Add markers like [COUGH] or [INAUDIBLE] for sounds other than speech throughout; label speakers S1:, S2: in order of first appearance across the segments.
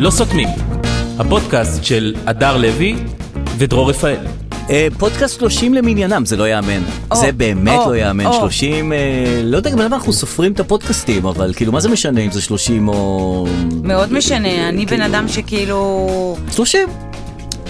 S1: לא סותמים, הפודקאסט של הדר לוי ודרור רפאל.
S2: אה, פודקאסט 30 למניינם, זה לא יאמן.
S3: או,
S2: זה באמת
S3: או,
S2: לא יאמן.
S3: או.
S2: 30, אה, לא יודע גם למה אנחנו סופרים את הפודקאסטים, אבל כאילו, מה זה משנה אם זה 30 או... כאילו,
S3: מאוד משנה, אני בן אדם שכאילו...
S2: 30.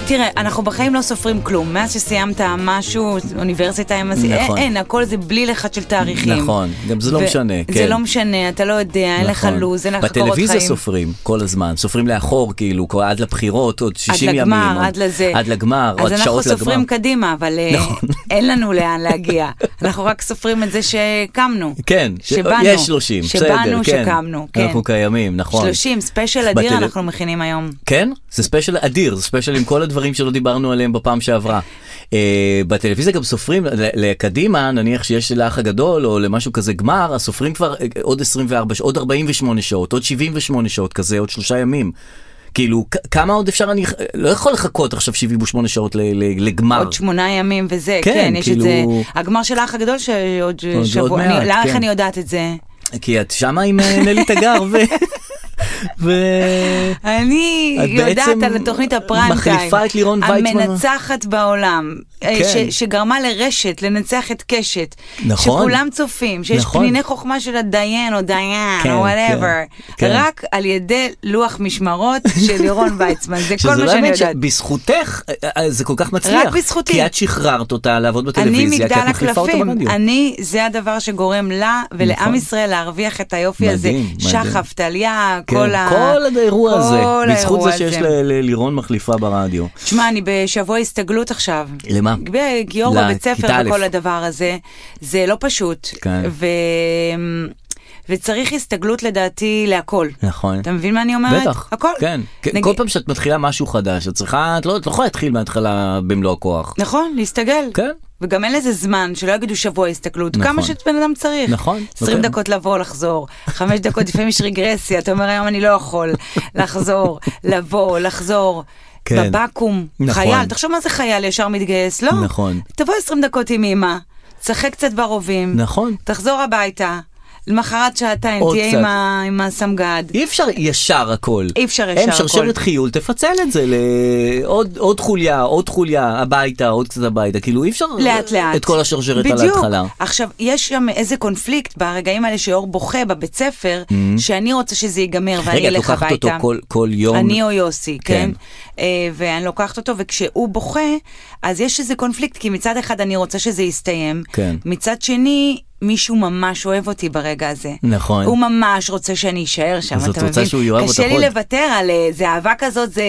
S3: תראה, אנחנו בחיים לא סופרים כלום. מאז שסיימת משהו, אוניברסיטה, הם עשי-
S2: נכון.
S3: אין, אין, הכל זה בלי לחץ של תאריכים.
S2: נכון, גם זה לא
S3: ו-
S2: משנה,
S3: זה
S2: כן.
S3: לא משנה, אתה לא יודע, אין לך
S2: נכון.
S3: לוз, אין לך קורות חיים.
S2: בטלוויזיה סופרים כל הזמן, סופרים לאחור כאילו, כל- עד לבחירות, עוד 60 ימים.
S3: עד לגמר,
S2: עוד-
S3: עד לזה.
S2: עד לגמר, או
S3: אז
S2: עד
S3: אנחנו
S2: שעות לגמר.
S3: סופרים קדימה, אבל אה,
S2: נכון.
S3: [LAUGHS] אין לנו לאן להגיע. אנחנו רק סופרים את זה שקמנו.
S2: כן, ש-
S3: שבאנו.
S2: יש 30, בסדר, כן.
S3: שבאנו, שקמנו, כן.
S2: אנחנו קיימים, נכון.
S3: 30, ספיישל אדיר
S2: בטל-
S3: אנחנו מכינים היום.
S2: כן? זה ספיישל אדיר, זה ספיישל עם כל הדברים שלא דיברנו עליהם בפעם שעברה. אה, בטלוויזיה גם סופרים, ל- לקדימה, נניח שיש לאח הגדול או למשהו כזה גמר, אז סופרים כבר אה, עוד 24, ש- עוד 48 שעות, עוד 78 שעות כזה, עוד שלושה ימים. כאילו, כ- כמה עוד אפשר, אני אה, לא יכול לחכות עכשיו 78 שעות ל- ל- לגמר.
S3: עוד שמונה ימים וזה,
S2: אה. כן,
S3: כן, יש את
S2: כאילו-
S3: זה. הגמר של האח הגדול שעוד
S2: עוד
S3: שבוע,
S2: מעט,
S3: אני- לאן
S2: כן.
S3: איך אני יודעת את זה?
S2: כי את שמה עם אה, נלי תגר ו... ו...
S3: אני
S2: את
S3: יודעת
S2: בעצם
S3: על התוכנית הפריים טיים.
S2: מחליפה את לירון ויצמן.
S3: המנצחת בעולם. אה,
S2: כן.
S3: ש, שגרמה לרשת לנצח את קשת.
S2: נכון.
S3: שכולם צופים, שיש
S2: נכון.
S3: פניני חוכמה של הדיין או דיין
S2: כן,
S3: או וואטאבר.
S2: כן, כן.
S3: רק על ידי לוח משמרות של לירון ויצמן. זה כל
S2: שזה
S3: מה
S2: לא
S3: שאני
S2: האמת
S3: יודעת.
S2: שבזכותך אה, אה, זה כל כך מצליח.
S3: בזכותי.
S2: כי את שחררת אותה לעבוד
S3: אני
S2: בטלוויזיה, כי
S3: מגדל
S2: את מחליפה אותה
S3: הקלפים,
S2: ברדיו.
S3: אני, זה הדבר שגורם לה
S2: נכון.
S3: ולעם ישראל להרוויח את היופי הזה.
S2: מדהים, מדהים.
S3: שחף, טליה,
S2: כן,
S3: כל ה...
S2: כל האירוע
S3: כל
S2: הזה, בזכות
S3: האירוע
S2: זה שיש
S3: הזה.
S2: ל- ל- לירון מחליפה ברדיו.
S3: תשמע, אני בשבוע הסתגלות עכשיו.
S2: למה?
S3: גיאור
S2: ל-
S3: בבית ספר
S2: כיתה א'.
S3: וכל הדבר הזה. זה לא פשוט.
S2: כן.
S3: ו... וצריך הסתגלות לדעתי להכל.
S2: נכון.
S3: אתה מבין מה אני אומרת?
S2: בטח,
S3: הכל.
S2: כן. כן,
S3: נגיד-
S2: כל פעם שאת מתחילה משהו חדש, את צריכה, את לא את לא יכולה להתחיל מההתחלה במלוא הכוח.
S3: נכון, להסתגל.
S2: כן.
S3: וגם אין לזה זמן, שלא יגידו שבוע הסתגלות,
S2: נכון.
S3: כמה שבן אדם צריך.
S2: נכון,
S3: 20
S2: נכון.
S3: דקות לבוא, לחזור,
S2: [LAUGHS]
S3: 5 דקות, לפעמים יש רגרסיה, אתה אומר היום אני לא יכול לחזור, לבוא, לחזור.
S2: כן.
S3: בבקו"ם,
S2: נכון.
S3: חייל, תחשוב מה זה חייל ישר מתגייס, לא?
S2: נכון.
S3: תבוא 20 דקות עם אמא, תשחק קצת ברובים,
S2: נכון.
S3: תחזור הביתה, למחרת שעתיים
S2: עוד
S3: תהיה
S2: קצת.
S3: עם ה- עם הסמג"ד.
S2: אי אפשר ישר הכל.
S3: אי אפשר
S2: הם
S3: ישר
S2: שרשרת
S3: הכל.
S2: חיול, תפצל את זה לעוד עוד חוליה, עוד חוליה, הביתה, עוד קצת הביתה. כאילו אי אפשר
S3: לאט לאט.
S2: את כל השרשרת על
S3: בדיוק.
S2: ההתחלה.
S3: עכשיו, יש שם איזה קונפליקט ברגעים האלה שאור בוכה בבית ספר, שאני רוצה שזה ייגמר ואני
S2: Mm-hmm. רגע, את
S3: אלך
S2: לוקחת
S3: הביתה.
S2: אותו כל- כל יום?
S3: אני או יוסי,
S2: כן.
S3: כן. אה, ואני לוקחת אותו, וכשהוא בוכה, אז יש איזה קונפליקט, כי מצד אחד אני רוצה שזה יסתיים,
S2: כן.
S3: מצד שני... מישהו ממש אוהב אותי ברגע הזה.
S2: נכון.
S3: הוא ממש רוצה שאני אשאר שם, אתה
S2: אז
S3: מבין?
S2: את רוצה שהוא יאהב אותך
S3: קשה
S2: עוד.
S3: לי לוותר על אה, זה אהבה כזאת, זה...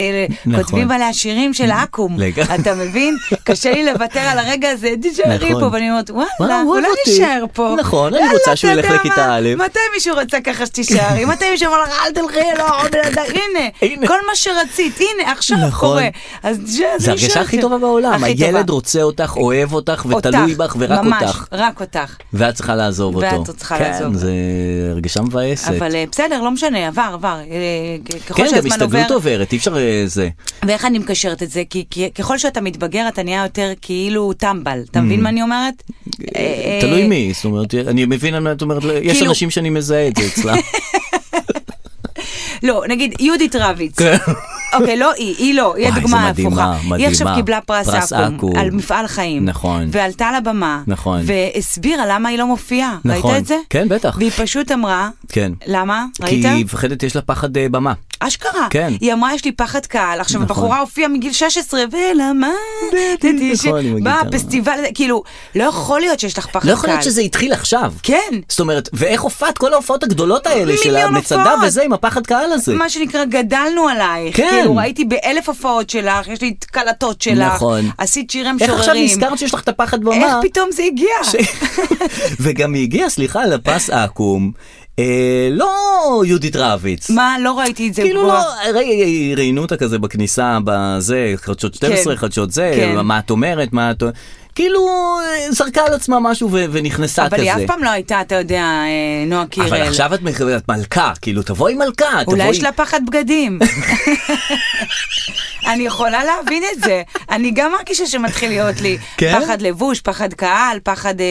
S2: נכון.
S3: כותבים עליה שירים
S2: [LAUGHS]
S3: של אקו"ם.
S2: לגמרי.
S3: אתה מבין? קשה לי לוותר על הרגע
S2: [LAUGHS]
S3: הזה, תישארי
S2: נכון.
S3: פה, ואני אומרת,
S2: וואלה,
S3: וואלה,
S2: הוא אוהב
S3: אולי
S2: אותי."
S3: נשאר פה.
S2: נכון, אני
S3: יאללה,
S2: רוצה
S3: אתה
S2: שהוא ילך
S3: יודע מה?
S2: לכיתה א'.
S3: מתי מישהו רצה
S2: [LAUGHS]
S3: ככה שתישארי? מתי מישהו אמר לך, אל תלכי, לא, עוד בן אדם."
S2: הנה.
S3: הנה, כל מה שרצית, הנה, עכשיו
S2: נכון.
S3: קורה. אז נשאר
S2: זה הרגשה
S3: שם.
S2: הכי טובה בעולם,
S3: הכי
S2: הילד
S3: טובה.
S2: רוצה אותך, אוהב אותך
S3: אותך,
S2: ותלוי בך ורק
S3: ממש,
S2: אותך.
S3: רק אותך.
S2: ואת צריכה לעזוב
S3: ואת
S2: אותו.
S3: צריכה לעזוב.
S2: כן, זה הרגשה מבאסת.
S3: אבל אה, בסדר, לא משנה, עבר, עבר. אה,
S2: כן,
S3: ככל
S2: גם
S3: שהזמן
S2: הסתגלות
S3: עובר,
S2: עוברת, אי אפשר אה, זה.
S3: ואיך אני מקשרת את זה? כי, כי ככל שאתה מתבגר אתה נהיה יותר כאילו טמבל, אתה מבין מה אני אומרת? אה,
S2: Mm. תלוי
S3: אה,
S2: מי, זאת אומרת, אני מבין על מה את אומרת, יש
S3: כאילו-
S2: אנשים שאני מזהה את זה אצלם.
S3: לא, נגיד יהודית רביץ.
S2: כן.
S3: אוקיי, לא היא, היא לא, היא
S2: וואי,
S3: הדוגמה
S2: זה מדהימה,
S3: ההפוכה.
S2: מדהימה.
S3: היא עכשיו קיבלה
S2: פרס
S3: פרס
S2: אקו"ם.
S3: אקו"ם על מפעל חיים.
S2: נכון.
S3: ועלתה לבמה.
S2: נכון.
S3: והסבירה למה היא לא מופיעה.
S2: נכון.
S3: ראית את זה?
S2: כן, בטח.
S3: והיא פשוט אמרה,
S2: כן.
S3: למה? [LAUGHS] ראית?
S2: כי היא מפחדת, יש לה פחד אה, במה.
S3: אשכרה.
S2: כן.
S3: היא אמרה, יש לי פחד קהל. עכשיו,
S2: נכון.
S3: הבחורה הופיעה מגיל 16, ולמה?
S2: נכון, עם הגיטרה.
S3: בפסטיבל, כאילו, לא יכול להיות שיש לך פחד קהל.
S2: לא יכול להיות שזה התחיל עכשיו.
S3: כן.
S2: זאת אומרת, ואיך הופעת כל ההופעות הגדולות האלה של
S3: מיליון
S2: המצדה
S3: הופעות.
S2: וזה עם הפחד קהל הזה?
S3: מה שנקרא, גדלנו עלייך.
S2: כן.
S3: כאילו, ראיתי באלף הופעות שלך, יש לי קלטות שלך.
S2: נכון.
S3: עשית שירי
S2: איך
S3: משוררים.
S2: עכשיו נזכרת שיש לך את הפחד במה?
S3: איך פתאום זה הגיע?
S2: [LAUGHS] וגם היא הגיעה, סליחה, לפס עכו"ם, אה, לא יהודית רביץ.
S3: מה, לא ראיתי את זה.
S2: כאילו
S3: בוא.
S2: לא, ראי- ראיינו אותה כזה בכניסה, בזה, חדשות 12,
S3: כן.
S2: חדשות זה,
S3: כן.
S2: מה את אומרת, מה את... כאילו אה, זרקה על עצמה משהו ו- ונכנסה
S3: אבל
S2: כזה.
S3: היא אף פעם לא הייתה, אתה יודע, אה, נועה קירל.
S2: אבל עכשיו את מ- את מלכה, כאילו תבואי מלכה, תבואי...
S3: אולי יש לה פחד
S2: [LAUGHS]
S3: בגדים. אני יכולה להבין את זה. אני גם מרגישה שמתחיל להיות לי
S2: כן?
S3: פחד לבוש, פחד קהל, פחד... אה,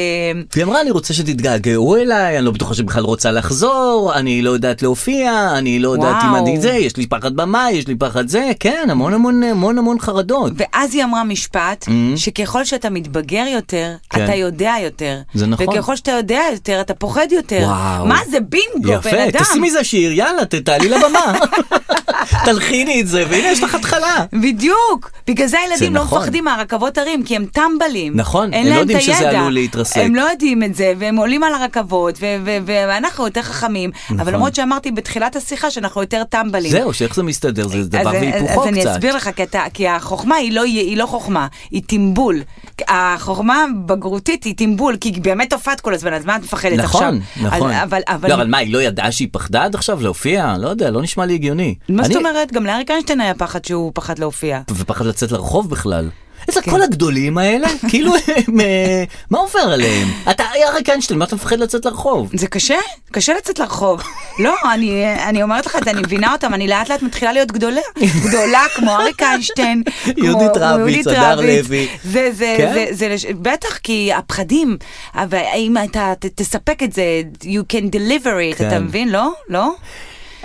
S2: והיא אמרה, אני רוצה שתתגעגעו אליי, אני לא בטוחה שבכלל רוצה לחזור, אני לא יודעת להופיע, אני לא יודעת אם
S3: וואו.
S2: אני זה, יש לי פחד במה, יש לי פחד זה, כן, המון המון המון המון חרדות.
S3: ואז היא אמרה משפט, שככל שאתה מתבגר יותר,
S2: Mm. כן.
S3: אתה יודע יותר.
S2: זה נכון.
S3: וככל שאתה יודע יותר, אתה פוחד יותר.
S2: וואו.
S3: מה זה בינגו, בן
S2: יפה,
S3: אדם?
S2: תעשי מזה שיר, יאללה, ת- תעלי
S3: [LAUGHS]
S2: לבמה. תלחיני את זה, והנה יש לך התחלה.
S3: בדיוק, בגלל זה הילדים לא
S2: נכון.
S3: מפחדים מהרכבות הרים, כי הם טמבלים.
S2: נכון,
S3: אין
S2: הם לא
S3: להם
S2: יודעים
S3: את
S2: שזה
S3: הידע.
S2: עלול להתרסק.
S3: הם לא יודעים את זה, והם עולים על הרכבות, ו- ו- ו- ואנחנו יותר חכמים.
S2: נכון.
S3: אבל למרות שאמרתי בתחילת השיחה שאנחנו יותר טמבלים.
S2: זהו, שאיך זה מסתדר, זה דבר
S3: אז-
S2: והיפוכו
S3: אז אני
S2: קצת.
S3: אסביר לך, כי אתה- כי החוכמה היא לא- היא לא חוכמה, היא טמבול. החוכמה בגרותית היא טמבול, כי היא באמת הופעת כל הזמן, אז מה את מפחדת עכשיו?
S2: נכון, נכון.
S3: אז- אבל- אבל...
S2: לא, אבל מה, היא לא ידעה שהיא פחדה עד עכשיו להופיע? לא יודע, לא נשמע לי הגיוני.
S3: מה זאת
S2: אני-
S3: אומרת? גם לאריק איינשטיין היה פחד שהוא פחד להופיע.
S2: ופחד לצאת לרחוב בכלל. איזה
S3: כן.
S2: כל הגדולים האלה, כאילו הם, אה, מה עובר עליהם? אתה אריק איינשטיין, מה אתה מפחד לצאת לרחוב?
S3: זה קשה, קשה לצאת לרחוב. לא, אני, אני אומרת לך את זה, אני מבינה אותם, אני לאט לאט מתחילה להיות גדולה, גדולה כמו
S2: [LAUGHS]
S3: אריק איינשטיין, כמו
S2: יהודית רביץ, הדר לוי.
S3: זה, זה,
S2: כן?
S3: זה, זה, לש- בטח, כי הפחדים, אבל אם אתה ת, תספק את זה, you can deliver it,
S2: כן.
S3: אתה מבין? לא? לא?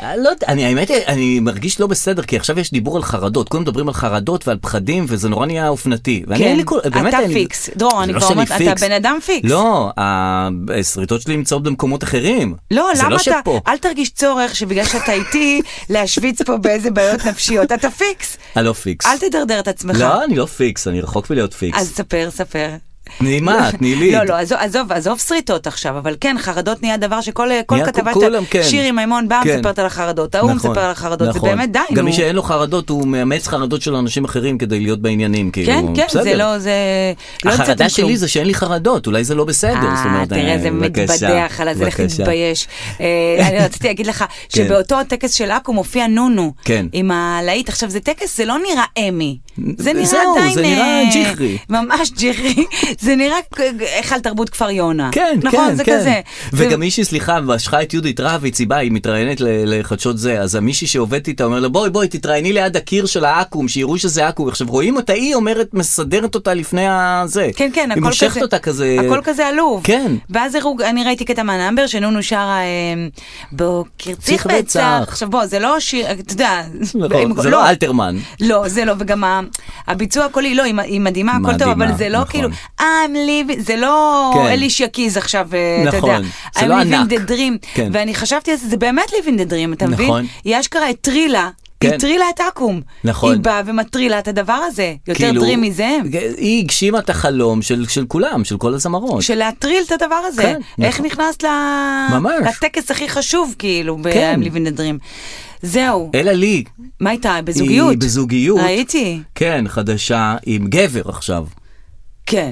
S2: אה, לא יודע, אני האמת, היא, אני מרגיש לא בסדר, כי עכשיו יש דיבור על חרדות. כולם מדברים על חרדות ועל פחדים, וזה נורא נהיה אופנתי. ואני
S3: כן.
S2: אין לי כל- באמת
S3: אתה
S2: אין לי-
S3: פיקס. דרור,
S2: זה
S3: אני
S2: לא
S3: כבר
S2: שאני
S3: אומרת, אתה
S2: פיקס.
S3: בן אדם פיקס.
S2: לא, ה- השריטות שלי נמצאות במקומות אחרים.
S3: לא,
S2: זה
S3: למה
S2: לא
S3: אתה,
S2: שפה.
S3: אל תרגיש צורך שבגלל שאתה איתי, להשוויץ פה באיזה בעיות נפשיות, אתה פיקס.
S2: אני לא פיקס.
S3: אל תדרדר את עצמך.
S2: לא, אני לא פיקס, אני רחוק מלהיות פיקס.
S3: אז ספר, ספר.
S2: תני מה, תני לי.
S3: לא, לא, עזוב, עזוב, עזוב שרטות עכשיו, אבל כן, חרדות נהיה דבר שכל כל
S2: נהיה-
S3: כתבה,
S2: כולם,
S3: שאתה-
S2: כן.
S3: שירי מימון באה
S2: כן.
S3: מספרת על החרדות, ההוא
S2: נכון,
S3: מספר על החרדות,
S2: נכון.
S3: זה באמת די,
S2: גם
S3: נו.
S2: מי שאין לו חרדות, הוא מאמץ חרדות של אנשים אחרים כדי להיות בעניינים, כאילו.
S3: כן, כן,
S2: בסדר.
S3: זה לא, זה... לא המצאתם
S2: החרדה
S3: כלום.
S2: שלי זה שאין לי חרדות, אולי זה לא בסדר. זאת
S3: אה,
S2: אומרת,
S3: תראה, זה
S2: בבקשה,
S3: מתבדח על זה, לך
S2: בבקשה.
S3: תתבייש. אה, אני רציתי להגיד
S2: [LAUGHS]
S3: לך שבאותו הטקס של עכו מופיע נונו,
S2: כן.
S3: עם הלהיט. עכשיו, זה טקס, זה לא נראה אמי. זה נראה
S2: זהו,
S3: עדיין...
S2: זה נראה
S3: אה,
S2: ג'יחרי.
S3: ממש ג'יחרי. [LAUGHS] זה נראה כ- היכל תרבות כפר יונה.
S2: כן, כן,
S3: נכון, זה
S2: כן.
S3: כזה.
S2: וגם
S3: זה-
S2: מישהי, סליחה, משכה את יהודית רביץ, היא באה, היא מתראיינת ל- לחדשות זה, אז המישהי שעובדת איתה אומר לה, בואי, בואי, תתראייני ליד הקיר של העכו"ם, שיראו שזה עכו"ם. עכשיו, רואים אותה, היא אומרת, מסדרת אותה לפני הזה.
S3: כן, כן, הכל
S2: היא
S3: כזה...
S2: מושכת אותה כזה.
S3: הכל כזה עלוב.
S2: כן.
S3: ואז הרוג, אני ראיתי קטע מהנאמבר שנונו שרה אה, בוקר צריך
S2: צריך
S3: בצח.
S2: בצח.
S3: עכשיו בוא, זה לא שיר, אתה יודע.
S2: נכון,
S3: עם-
S2: זה לא אלתרמן.
S3: לא, זה לא, וגם ה- הביצוע הקולי, לא, היא, היא מדהימה, הכל טוב,
S2: מדהימה,
S3: אבל זה לא
S2: נכון.
S3: כאילו, I'm living, זה לא
S2: כן.
S3: אליש יקיז עכשיו, אה, אתה יודע.
S2: נכון, זה לא
S3: I'm living
S2: ענק.
S3: the dream,
S2: כן.
S3: ואני חשבתי על זה, זה באמת living the dream, אתה מבין?
S2: נכון.
S3: היא אשכרה הטרילה.
S2: כן.
S3: היא הטרילה את עכו"ם,
S2: נכון.
S3: היא באה ומטרילה את הדבר הזה, יותר dream מזה.
S2: כאילו. היא הגשימה את החלום של, של כולם, של כל הזמרות.
S3: של להטריל את הדבר הזה.
S2: אוקיי. כן,
S3: כן, איך
S2: נכון.
S3: נכנסת ל...
S2: ממש.
S3: לטקס הכי חשוב, כאילו,
S2: כן.
S3: ב-I'm living the dream. זהו,
S2: אלה לי,
S3: מה הייתה? בזוגיות?
S2: היא בזוגיות.
S3: ראיתי.
S2: כן, חדשה, עם גבר עכשיו.
S3: כן.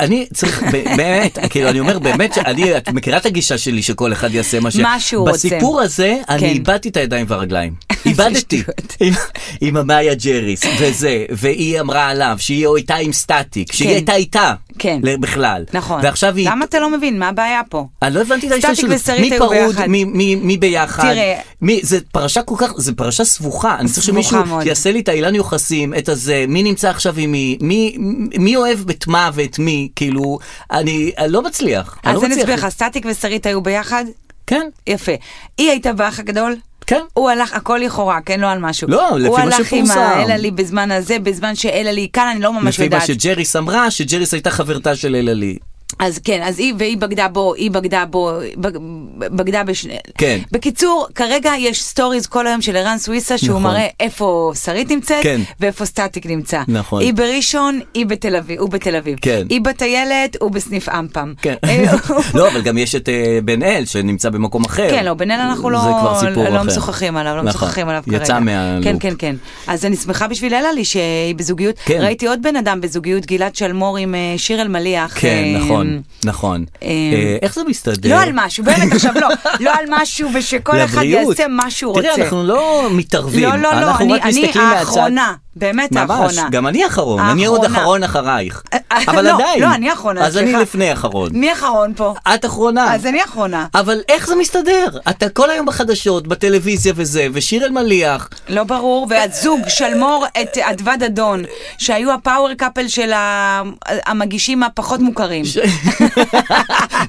S2: אני צריך, ב- באמת, כאילו, אני אומר באמת, שאני, את מכירה את הגישה שלי שכל אחד יעשה מה ש...
S3: מה שהוא רוצה.
S2: בסיפור הזה,
S3: כן.
S2: אני איבדתי את הידיים
S3: [LAUGHS]
S2: והרגליים. איבדתי.
S3: שטויות.
S2: עם- עם המאיה ג'ריס, וזה, והיא אמרה עליו שהיא הייתה עם סטטיק, שהיא
S3: כן.
S2: הייתה איתה.
S3: כן.
S2: ל- בכלל.
S3: נכון.
S2: ועכשיו היא...
S3: למה אתה לא מבין? מה הבעיה פה?
S2: אני לא הבנתי את
S3: סטטיק
S2: ההשתלשלות.
S3: ושרית
S2: מי
S3: היו
S2: פרוד,
S3: ביחד.
S2: מי- מי- מי ביחד.
S3: תראה.
S2: מי, זה פרשה כל כך, זה פרשה סבוכה. אני צריך
S3: סבוכה
S2: שמישהו
S3: מאוד.
S2: יעשה לי את האילן יוחסים, את הזה, מי נמצא עכשיו עם מי, מי, מי אוהב את מה ואת מי, כאילו, אני אני לא מצליח. אני
S3: אז
S2: לא
S3: אני
S2: מצליח.
S3: אסביר לך, סטטיק ושרית היו ביחד?
S2: כן,
S3: יפה. היא הייתה באח הגדול?
S2: כן.
S3: הוא הלך, הכל לכאורה, כן, לא על משהו.
S2: לא, לפי מה
S3: הוא
S2: שפורסם.
S3: הלך עם האלעלי בזמן הזה, בזמן שאלעלי כאן, אני לא ממש
S2: לפי מה
S3: יודעת.
S2: שג'ריס אמרה, שג'ריס הייתה חברתה של אלעלי.
S3: אז כן, אז היא והיא בגדה בו, היא בגדה בו, בג- בגדה בשני...
S2: כן.
S3: בקיצור, כרגע יש סטוריז כל היום של ערן סוויסה, שהוא
S2: נכון.
S3: מראה איפה שרית נמצאת,
S2: כן.
S3: ואיפה סטטיק נמצא.
S2: נכון.
S3: היא בראשון, היא בתל אביב, הוא בתל אביב.
S2: כן.
S3: היא בטיילת, הוא בסניף אמפם.
S2: כן. [LAUGHS]
S3: אה, [LAUGHS] הוא-
S2: לא, אבל גם יש את אה, בן אל, שנמצא במקום אחר.
S3: כן, לא, בינינו אנחנו לא,
S2: זה כבר סיפור
S3: לא
S2: אחר.
S3: משוחחים עליו, לא
S2: נכון.
S3: משוחחים עליו כרגע.
S2: יצא מהלופ.
S3: כן, כן, כן. אז אני שמחה בשביל אלעלי שהיא בזוגיות.
S2: כן.
S3: ראיתי עוד בן אדם בזוגיות, גלעד שלמור עם אה, שיר אלמליח.
S2: כן,
S3: אה,
S2: נכון, נכון.
S3: אמ,
S2: אה, איך זה מסתדר?
S3: לא על
S2: [LAUGHS]
S3: משהו, באמת עכשיו לא, לא על משהו ושכל אחד
S2: לבריאות.
S3: יעשה מה שהוא רוצה.
S2: תראה, אנחנו לא מתערבים,
S3: לא, לא, לא,
S2: אנחנו
S3: אני,
S2: רק
S3: אני
S2: מסתכלים מהצד.
S3: האחרונה, באמת
S2: ממש,
S3: האחרונה.
S2: גם אני אחרון, אני עוד
S3: האחרונה.
S2: אחרון אחרייך.
S3: אה,
S2: אבל
S3: לא,
S2: עדיין.
S3: לא, אני אחרונה,
S2: אז אני
S3: סליחה.
S2: לפני אחרון.
S3: מי אחרון פה?
S2: את אחרונה.
S3: אז אני אחרונה.
S2: אבל איך זה מסתדר? אתה כל היום בחדשות, בטלוויזיה וזה, ושיר
S3: [LAUGHS]
S2: אלמליח.
S3: לא ברור, והזוג שלמור את אדווה דדון, שהיו הפאוור קאפל של ה- המגישים הפחות מוכרים.
S2: ש-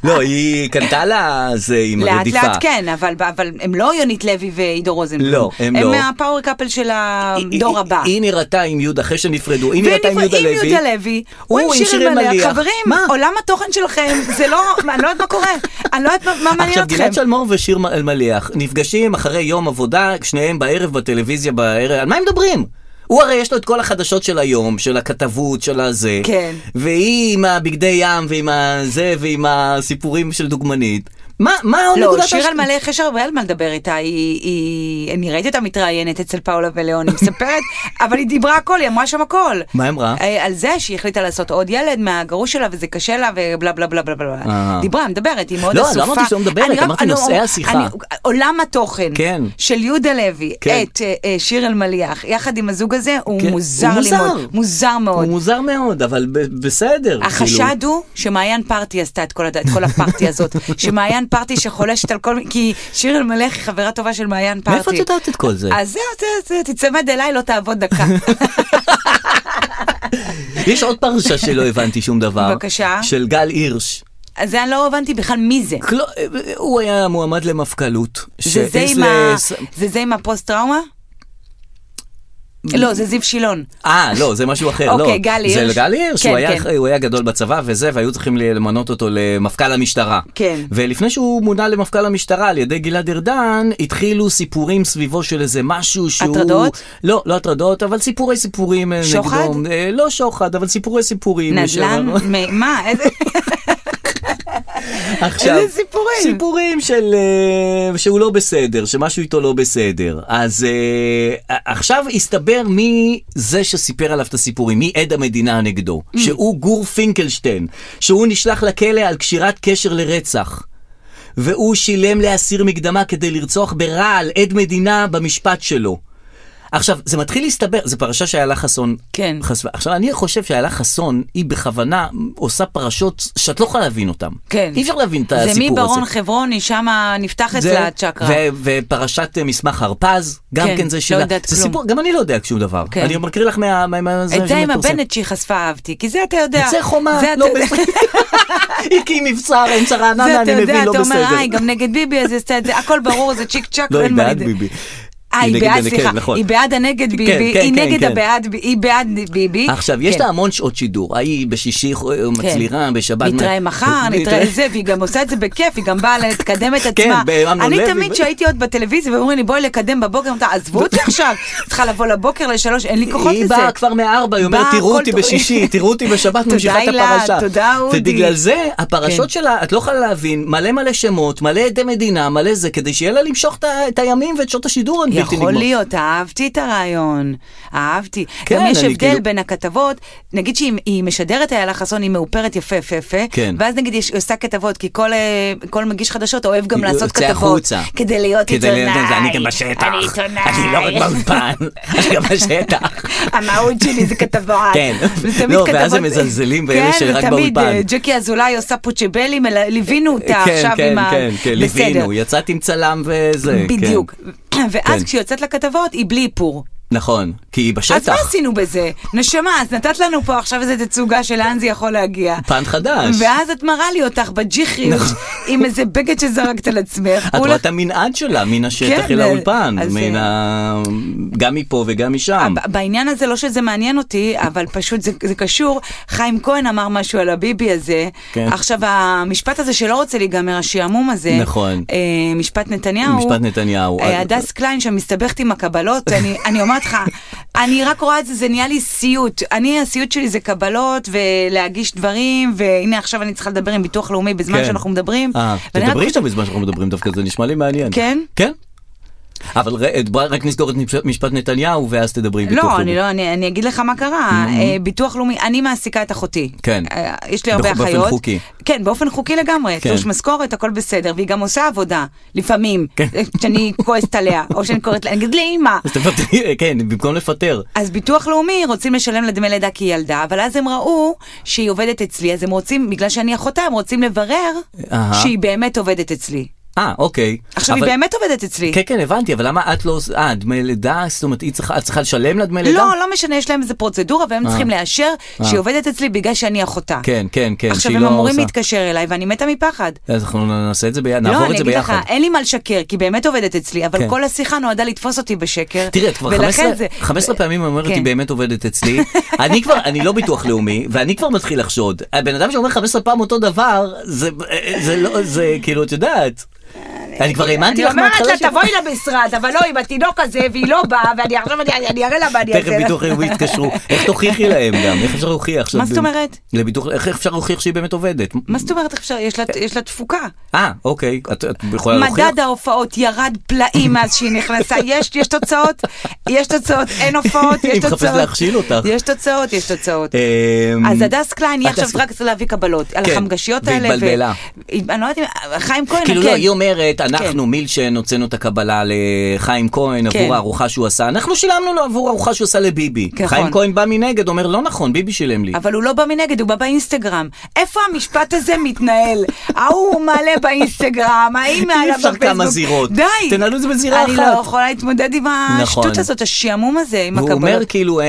S2: לא, היא קנתה לה זה עם
S3: לאט
S2: הרדיפה.
S3: לאט כן, אבל, אבל הם לא יונית לוי ועידו רוזנבלום.
S2: לא, הם לא. אה,
S3: הם הפאוור קאפל של
S2: היא-
S3: הדור
S2: היא-
S3: הבא.
S2: היא נראתה עם יהודה, אחרי שנפרדו, היא נראתה עם
S3: ונפרד-
S2: יהודה לוי.
S3: יהודה לוי, הוא עם שירי מליח. חברים,
S2: מה?
S3: עולם התוכן שלכם, זה לא, [LAUGHS] אני לא יודעת מה קורה, אני לא יודעת מה- מה מעניין
S2: עכשיו
S3: אתכם.
S2: גלעד שלמור ושיר מ- אלמליח נפגשים אחרי יום עבודה, שניהם בערב בטלוויזיה בערב, על מה הם מדברים? הוא הרי יש לו את כל החדשות של היום, של הכתבות, של הזה.
S3: כן.
S2: והיא עם הבגדי ים ועם הזה ועם הסיפורים של דוגמנית. מה, מה הנקודת
S3: לא, שיר
S2: הש-
S3: על מלא, יש הרבה על מה לדבר איתה, היא, היא, אני ראיתי אותה מתראיינת אצל פאולה ולאון, היא מספרת, אבל היא דיברה הכל, היא אמרה שם הכל.
S2: מה אמרה?
S3: אה, על זה שהיא החליטה לעשות עוד ילד מהגרוש שלה וזה קשה לה ובלה בלה בלה בלה בלה.
S2: אה.
S3: דיברה, מדברת, היא מאוד
S2: לא, לא
S3: אסופה.
S2: אמרתי שהיא לא מדברת,
S3: אני רק-
S2: אמרתי
S3: אני-
S2: נושא
S3: אני-
S2: השיחה.
S3: עולם התוכן
S2: כן.
S3: של יהודה לוי,
S2: כן.
S3: את אה, אה, שיר אלמליח, יחד עם הזוג הזה, הוא
S2: כן,
S3: מוזר
S2: הוא
S3: לי
S2: מוזר.
S3: מאוד. מוזר מאוד.
S2: הוא כאילו- מוזר מאוד, אבל ב- בסדר.
S3: החשד הוא שמעיין פרטי עשתה את כל, הד... את כל
S2: [LAUGHS]
S3: הפרטי הזאת, שמעיין פרטי שחולשת על כל, כי שיר אלמלך היא חברה טובה של מעיין פרטי. אה,
S2: מאיפה את יודעת את כל זה?
S3: אז זהו, זהו, זהו, תיצמד אליי, לא תעבוד
S2: [LAUGHS]
S3: דקה.
S2: כאילו, [LAUGHS] יש עוד פרשה שלא הבנתי שום דבר.
S3: בבקשה.
S2: של גל הירש.
S3: אז זה אני לא הבנתי בכלל מי זה.
S2: כל- הוא היה מועמד למפכ"לות.
S3: זה זה עם ה-
S2: שאיסלס-
S3: זה זה עם הפוסט טראומה? לא, זה זיו שילון.
S2: אה, לא, זה משהו אחר, לא.
S3: אוקיי, גל הירש.
S2: זה גל הירש,
S3: כן,
S2: הוא, היה-
S3: כן.
S2: הוא היה גדול בצבא וזה, והיו צריכים למנות אותו למפכ"ל המשטרה.
S3: כן.
S2: ולפני שהוא מונה למפכ"ל המשטרה על ידי גלעד ארדן, התחילו סיפורים סביבו של איזה משהו שהוא...
S3: הטרדות?
S2: לא, לא הטרדות, אבל סיפורי סיפורים אה,
S3: שוחד?
S2: נגדו. אה, לא שוחד, אבל סיפורי סיפורים.
S3: נדל"ן?
S2: ש-
S3: מ- מה?
S2: [LAUGHS]
S3: איזה-
S2: עכשיו,
S3: איזה סיפורים?
S2: סיפורים של... אה, שהוא לא בסדר, שמשהו איתו לא בסדר. אז אה, עכשיו הסתבר מי זה שסיפר עליו את הסיפורים, מי עד המדינה נגדו,
S3: Mm.
S2: שהוא גור פינקלשטיין, שהוא נשלח לכלא על קשירת קשר לרצח. והוא שילם לאסיר מקדמה כדי לרצוח ברעל עד מדינה במשפט שלו. עכשיו, זה מתחיל להסתבר, זו פרשה שאיילה חסון
S3: כן.
S2: חשפה. עכשיו, אני חושב שאיילה חסון, היא בכוונה עושה פרשות שאת לא יכולה להבין אותן.
S3: כן.
S2: אי אפשר להבין את הסיפור
S3: זה
S2: הזה.
S3: מי ברון חברוני, שמה נפתח אצלה הצ'קרה.
S2: ו- ופרשת אה, מסמך הרפז, גם
S3: כן,
S2: כן, זה
S3: לא
S2: שלה.
S3: יודעת
S2: זה
S3: כלום.
S2: סיפור, גם אני לא יודע שום דבר.
S3: כן.
S2: אני מקריא לך מה... מה, מה
S3: את זה עם
S2: שמפרסם.
S3: הבנט שהיא חשפה אהבתי, כי זה אתה יודע.
S2: זה חומה,
S3: זה
S2: לא
S3: אתה-
S2: בסדר.
S3: [LAUGHS]
S2: היא כי מבצר, אין צרה,
S3: זה
S2: ננה,
S3: אתה
S2: אני
S3: יודע,
S2: מבין, לא
S3: אתה אומר,
S2: בסדר.
S3: אה, היא גם נגד ביבי, אז היא עשתה את זה, הכל ברור, זה צ'יק צ'אק,
S2: לא, היא
S3: אין מה
S2: בעד
S3: לד-
S2: ביבי.
S3: אה,
S2: היא
S3: היא
S2: נגד
S3: בעד,
S2: הנגד,
S3: סליחה,
S2: נכון.
S3: היא בעד הנגד ביבי,
S2: כן,
S3: היא
S2: כן,
S3: נגד
S2: כן.
S3: הבעד, ב- היא בעד ביבי.
S2: עכשיו, יש
S3: כן.
S2: לה המון שעות שידור. ההיא בשישי אה, מצלירה, בשבת...
S3: נתראה
S2: [LAUGHS]
S3: מחר, נתראה זה, והיא גם עושה את זה בכיף, היא גם באה לקדם את
S2: כן,
S3: עצמה.
S2: באמנון
S3: אני
S2: לוי.
S3: תמיד כשהייתי עוד בטלוויזיה, ואומרים לי בואי לקדם בבוקר, אמרתי, עזבו
S2: [LAUGHS]
S3: אותי עכשיו, צריכה לבוא לבוקר לשלוש, אין לי כוחות לזה.
S2: היא באה כבר מארבע, היא אומרת,
S3: באה
S2: תראו
S3: כל
S2: אותי
S3: טוב."
S2: בשישי, תראו אותי
S3: [LAUGHS]
S2: בשבת,
S3: תודה,
S2: ממשיכה את
S3: הילה,
S2: הפרשה.
S3: תודה, אודי.
S2: ובגלל זה, הפרשות
S3: כן.
S2: שלה, את לא יכולה להבין, מלא מלא שמות, מלא עדי מדינה, מלא זה, כדי שיהיה לה למשוך את ה- את הימים ואת שעות השידור הבלתי נגמר.
S3: יכול להיות, אהבתי את הרעיון, אהבתי.
S2: כן,
S3: גם יש
S2: אני
S3: הבדל
S2: כאילו-
S3: בין הכתבות, נגיד שהיא היא משדרת איילה חסון, היא מאופרת יפה יפה יפה,
S2: כן.
S3: ואז נגיד יש- היא עושה כתבות, כי כל, אה, כל מגיש חדשות אוהב גם
S2: היא
S3: לעשות
S2: יוצא
S3: כתבות,
S2: החוצה.
S3: כדי להיות
S2: כדי
S3: עיתונאי.
S2: להיות- זה אני גם בשטח.
S3: אני עיתונאי.
S2: אני לא רק באולפן, [LAUGHS] אני גם
S3: [LAUGHS]
S2: בשטח.
S3: המהות שלי זה כתבות.
S2: [LAUGHS] כן.
S3: זה תמיד
S2: לא, ואז
S3: כתבות-
S2: הם מזלזלים באלה
S3: כן,
S2: שרק
S3: ותמיד,
S2: באולפן.
S3: אה, ג'קי אזולאי עושה פוצ'בלי, מל- ליווינו אותה
S2: כן,
S3: עכשיו
S2: כן,
S3: עם ה...
S2: כן, כן,
S3: בסדר.
S2: ליווינו, יצאת עם צלם וזה. כן.
S3: בדיוק. [CLEARS THROAT] ואז
S2: כן.
S3: כשהיא יוצאת לכתבות, היא בלי איפור.
S2: נכון, כי היא בשטח.
S3: אז מה עשינו בזה? נשמה, אז נתת לנו פה עכשיו איזו תצוגה של לאן זה יכול להגיע.
S2: פן חדש.
S3: ואז את מראה לי אותך בג'יחריות, עם איזה בגד שזרקת על עצמך.
S2: נכון. את
S3: הוא
S2: רואה
S3: לא-
S2: את המנעד שלה, מן השטח
S3: כן,
S2: אל האולפן,
S3: אז,
S2: מן ה... גם מפה וגם משם.
S3: ב- בעניין הזה, לא שזה מעניין אותי, אבל פשוט זה, זה קשור. חיים כהן אמר משהו על הביבי הזה.
S2: כן.
S3: עכשיו, המשפט הזה שלא רוצה להיגמר, השעמום הזה.
S2: נכון.
S3: אה, משפט נתניהו.
S2: משפט נתניהו.
S3: אה, הדס קליין שמסתבכת עם הקבלות,
S2: [LAUGHS]
S3: אני, אני אומרת לך, אני רק רואה את זה, זה נהיה לי סיוט. אני, הסיוט שלי זה קבלות ולהגיש דברים, והנה עכשיו אני צריכה לדבר עם ביטוח לאומי בזמן
S2: כן.
S3: שאנחנו מדברים.
S2: אה,
S3: ואני רק
S2: תדברי
S3: חושבת-
S2: איתו בזמן שאנחנו מדברים דווקא, זה נשמע לי מעניין.
S3: כן?
S2: כן. אבל ר- בוא רק נסגור את משפט- משפט נתניהו ואז תדברי עם ביטוח
S3: לא,
S2: לאומי. Mm-hmm.
S3: אני לא, אני, אני אגיד לך מה קרה. אה, ביטוח לאומי, אני מעסיקה את אחותי.
S2: כן.
S3: אה, יש לי הרבה
S2: באופן
S3: אחיות.
S2: חוקי.
S3: כן, באופן חוקי לגמרי.
S2: כן.
S3: תלוש משכורת, הכל בסדר, והיא גם עושה עבודה, לפעמים,
S2: כן.
S3: אה,
S2: [LAUGHS]
S3: כשאני כועסת עליה, או שאני קוראת לה, אני אגיד לאמא.
S2: אז תוותרי, כן, במקום לפטר.
S3: אז ביטוח לאומי רוצים לשלם לה דמי לידה כי היא ילדה, אבל אז הם ראו שהיא עובדת אצלי, אז הם רוצים, בגלל שאני אחותה, הם רוצים לברר
S2: אהה.
S3: שהיא באמת עובדת אצלי.
S2: אה, אוקיי.
S3: עכשיו, היא
S2: אבל-
S3: באמת עובדת אצלי.
S2: כן, כן, הבנתי, אבל למה את לא... אה, דמי לידה? זאת אומרת, היא צריכה, את צריכה לשלם לה דמי לידה?
S3: לא, לא משנה, יש להם איזה פרוצדורה, והם צריכים לאשר שהיא עובדת אצלי בגלל שאני אחותה.
S2: אה. כן, כן, כן,
S3: עכשיו
S2: שהיא
S3: הם
S2: לא
S3: אמורים
S2: עושה.
S3: להתקשר אליי, ואני מתה מפחד.
S2: אז אנחנו נעשה את זה ביחד,
S3: לא,
S2: נעבור
S3: אני
S2: את זה
S3: אגיד
S2: ביחד.
S3: לך, אין לי מה לשקר, כי באמת עובדת אצלי, אבל
S2: כן.
S3: כל השיחה נועדה לתפוס אותי בשקר.
S2: תראה, את כבר
S3: ולכן
S2: 15,
S3: זה-
S2: 15 פעמים אומרת,
S3: כן.
S2: היא באמת עובדת אצלי. אני כבר, אני לא ביטוח לאומי, ואני כבר מתחיל לחשוד. הבן אדם שאומר 15 פעם אותו דבר, זה- זה לא, זה כאילו, את יודעת. אני כבר האמנתי
S3: אני
S2: לך
S3: אומרת
S2: מההתחלה
S3: לה,
S2: שלך.
S3: תבואי למשרד, אבל לא, עם התינוק הזה, והיא לא באה, ואני עכשיו, אני אני אראה לה מה אני אעשה.
S2: תכף ביטוח לאומי יתקשרו. איך תוכיחי להם גם? איך אפשר להוכיח? שאת
S3: מה זאת
S2: באמת-
S3: אומרת?
S2: לביטוח, איך אפשר להוכיח שהיא באמת עובדת?
S3: מה זאת אומרת, איך אפשר? יש לה- יש לה תפוקה.
S2: אה, אוקיי. את את יכולה להוכיח?
S3: מדד ההופעות ירד פלאים מאז שהיא נכנסה, יש, יש תוצאות, יש תוצאות, אין הופעות, יש
S2: היא
S3: תוצאות.
S2: מחפשת להכשיל אותך.
S3: יש תוצאות, יש תוצאות.
S2: אמ,
S3: אז הדס קליין, היא
S2: הדס-
S3: עכשיו רק צריכה להביא קבלות, על
S2: כן,
S3: החמגשיות
S2: והיא
S3: האלה.
S2: התבלבלה.
S3: ו- היא- אני לא יודעת אם... חיים כהן,
S2: כאילו
S3: כן.
S2: לא, היא אומרת, אנחנו מילצ'ן הוצאנו את הקבלה לחיים כהן
S3: כן.
S2: עבור הארוחה שהוא עשה, אנחנו שילמנו לו עבור הארוחה שהוא עשה לביבי.
S3: נכון.
S2: חיים כהן בא מנגד, אומר, לא נכון, ביבי שילם לי.
S3: אבל הוא לא בא מנגד, הוא בא באינסטגרם. איפה המשפט הזה
S2: [LAUGHS]
S3: מתנהל? ההוא מעלה באינסטגרם, ההיא מעלה
S2: אפשר
S3: בפייסבוק.
S2: כמה זירות.
S3: די.
S2: תנהלו את זה בזירה
S3: אני
S2: אחת.
S3: לא יכולה להתמודד עם
S2: נכון.
S3: השטות הזאת, השעמום הזה, עם
S2: והוא אומר
S3: הקבלות.
S2: כאילו אה,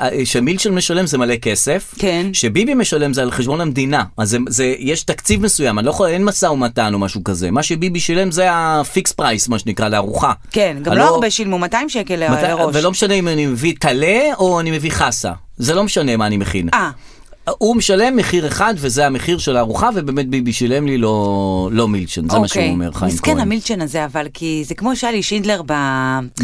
S2: אה, שמילצ'ן משלם זה מלא כסף,
S3: כן.
S2: שביבי משלם זה על חשבון המדינה, אז זה, זה, יש תקציב מסוים, אני לא יכול, אין משא ומתן או משהו כזה, מה שביבי שילם זה הפיקס פרייס מה שנקרא לארוחה.
S3: כן, גם
S2: אני
S3: לא הרבה שילמו 200 שקל
S2: מת-
S3: לראש.
S2: ולא משנה אם אני מביא טלה או אני מביא חסה, זה לא משנה מה אני מכין.
S3: אה,
S2: הוא משלם מחיר אחד וזה המחיר של הארוחה ובאמת ביבי שילם לי לא, לא מילצ'ן, זה מה שהוא
S3: אוקיי.
S2: אומר חיים כהן.
S3: מסכן המילצ'ן הזה, אבל כי זה כמו שלי שינדלר ב...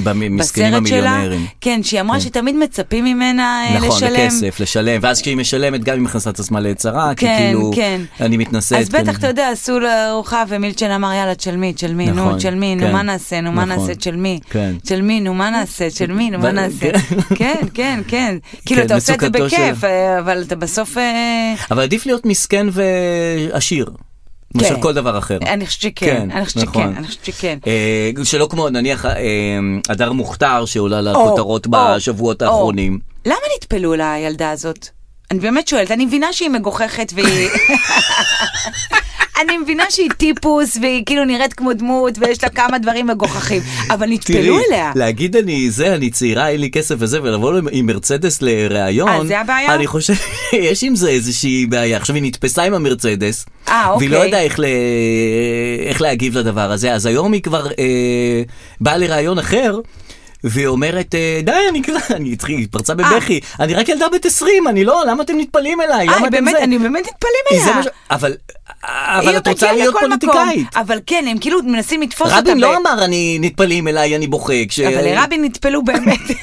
S2: במ- מסכנים
S3: בסרט שלה.
S2: המיליונרים.
S3: כן, שהיא אמרה שתמיד מצפים ממנה אה,
S2: נכון,
S3: לשלם.
S2: לכסף, לשלם, ואז כשהיא משלמת גם היא מכנסה את עצמה לעת צרה, כי
S3: כן,
S2: כאילו,
S3: כן.
S2: אני מתנשאת.
S3: אז בטח,
S2: כן.
S3: אתה יודע, עשו לה ארוחה ומילצ'ן אמר, יאללה, תשלמי, תשלמי, נו,
S2: נכון,
S3: תשלמי, נו,
S2: כן.
S3: מה נעשה, נו, מה
S2: נכון.
S3: נעשה, תשלמי.
S2: כן.
S3: תשלמי, נו, מה נעשה, תשלמי, נו, מה
S2: ו-
S3: נעשה.
S2: כן.
S3: כן, כן,
S2: [LAUGHS]
S3: כן. כאילו,
S2: כן,
S3: אתה עושה את זה
S2: מצוקתו של-
S3: בכיף, אה, אבל אתה בסוף... אה,
S2: אבל עדיף להיות מסכן ועשיר, מאשר כל דבר אחר.
S3: כן. אני חושבת שכן, אני חושבת
S2: נכון.
S3: שכן, אני חושבת שכן.
S2: אה, שלא כמו נניח אה, הדר מוכתר שעולה
S3: או,
S2: לכותרות
S3: או,
S2: בשבועות
S3: או.
S2: האחרונים.
S3: למה נטפלו לילדה הזאת? אני באמת שואלת, אני מבינה שהיא מגוחכת
S2: [LAUGHS]
S3: והיא... אני מבינה שהיא טיפוס והיא כאילו נראית כמו דמות ויש לה כמה דברים מגוחכים, אבל נטפלו אליה.
S2: להגיד אני זה, אני צעירה, אין לי כסף וזה, ולבוא עם- עם מרצדס לראיון,
S3: אה, זה הבעיה?
S2: אני חושב, [LAUGHS] יש עם זה איזושהי בעיה. עכשיו היא נתפסה עם המרצדס,
S3: אה, אוקיי.
S2: והיא לא ידעה איך, ל... איך להגיב לדבר הזה, אז היום היא כבר אה, באה לראיון אחר. והיא אומרת, אה, די, אני כבר, [LAUGHS] אני צריכה, היא פרצה
S3: אה.
S2: בבכי, אני רק ילדה בת 20, אני לא, למה אתם נטפלים אליי? למה
S3: אה,
S2: אתם
S3: באמת,
S2: זה?
S3: אני באמת נטפלים
S2: היא זה
S3: אליה.
S2: מה ש- אבל, אבל
S3: היא
S2: את
S3: עוד
S2: רוצה
S3: תגיע
S2: להיות
S3: לכל מקום.
S2: פוליטיקאית.
S3: אבל כן, הם כאילו מנסים לתפוס אותה.
S2: רבין
S3: ב-
S2: לא אמר, אני נטפלים אליי, אני בוכה. כש-
S3: אבל לרבין נטפלו באמת. [LAUGHS]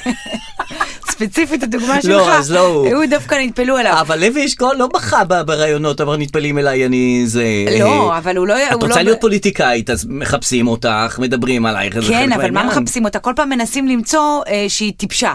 S3: ספציפית הדוגמה שלך.
S2: לא, אז לא הוא.
S3: הוא דווקא נטפלו אליו.
S2: אבל לוי אשכול לא בכה ב- בראיונות, אמר נטפלים אליי, אני זה...
S3: לא,
S2: אה,
S3: אבל הוא לא...
S2: את
S3: הוא
S2: רוצה
S3: לא-
S2: להיות פוליטיקאית, אז מחפשים אותך, מדברים עלייך, זה
S3: כן,
S2: חלק
S3: אבל מה
S2: מהעניין.
S3: מחפשים אותה? כל פעם מנסים למצוא אה, שהיא טיפשה.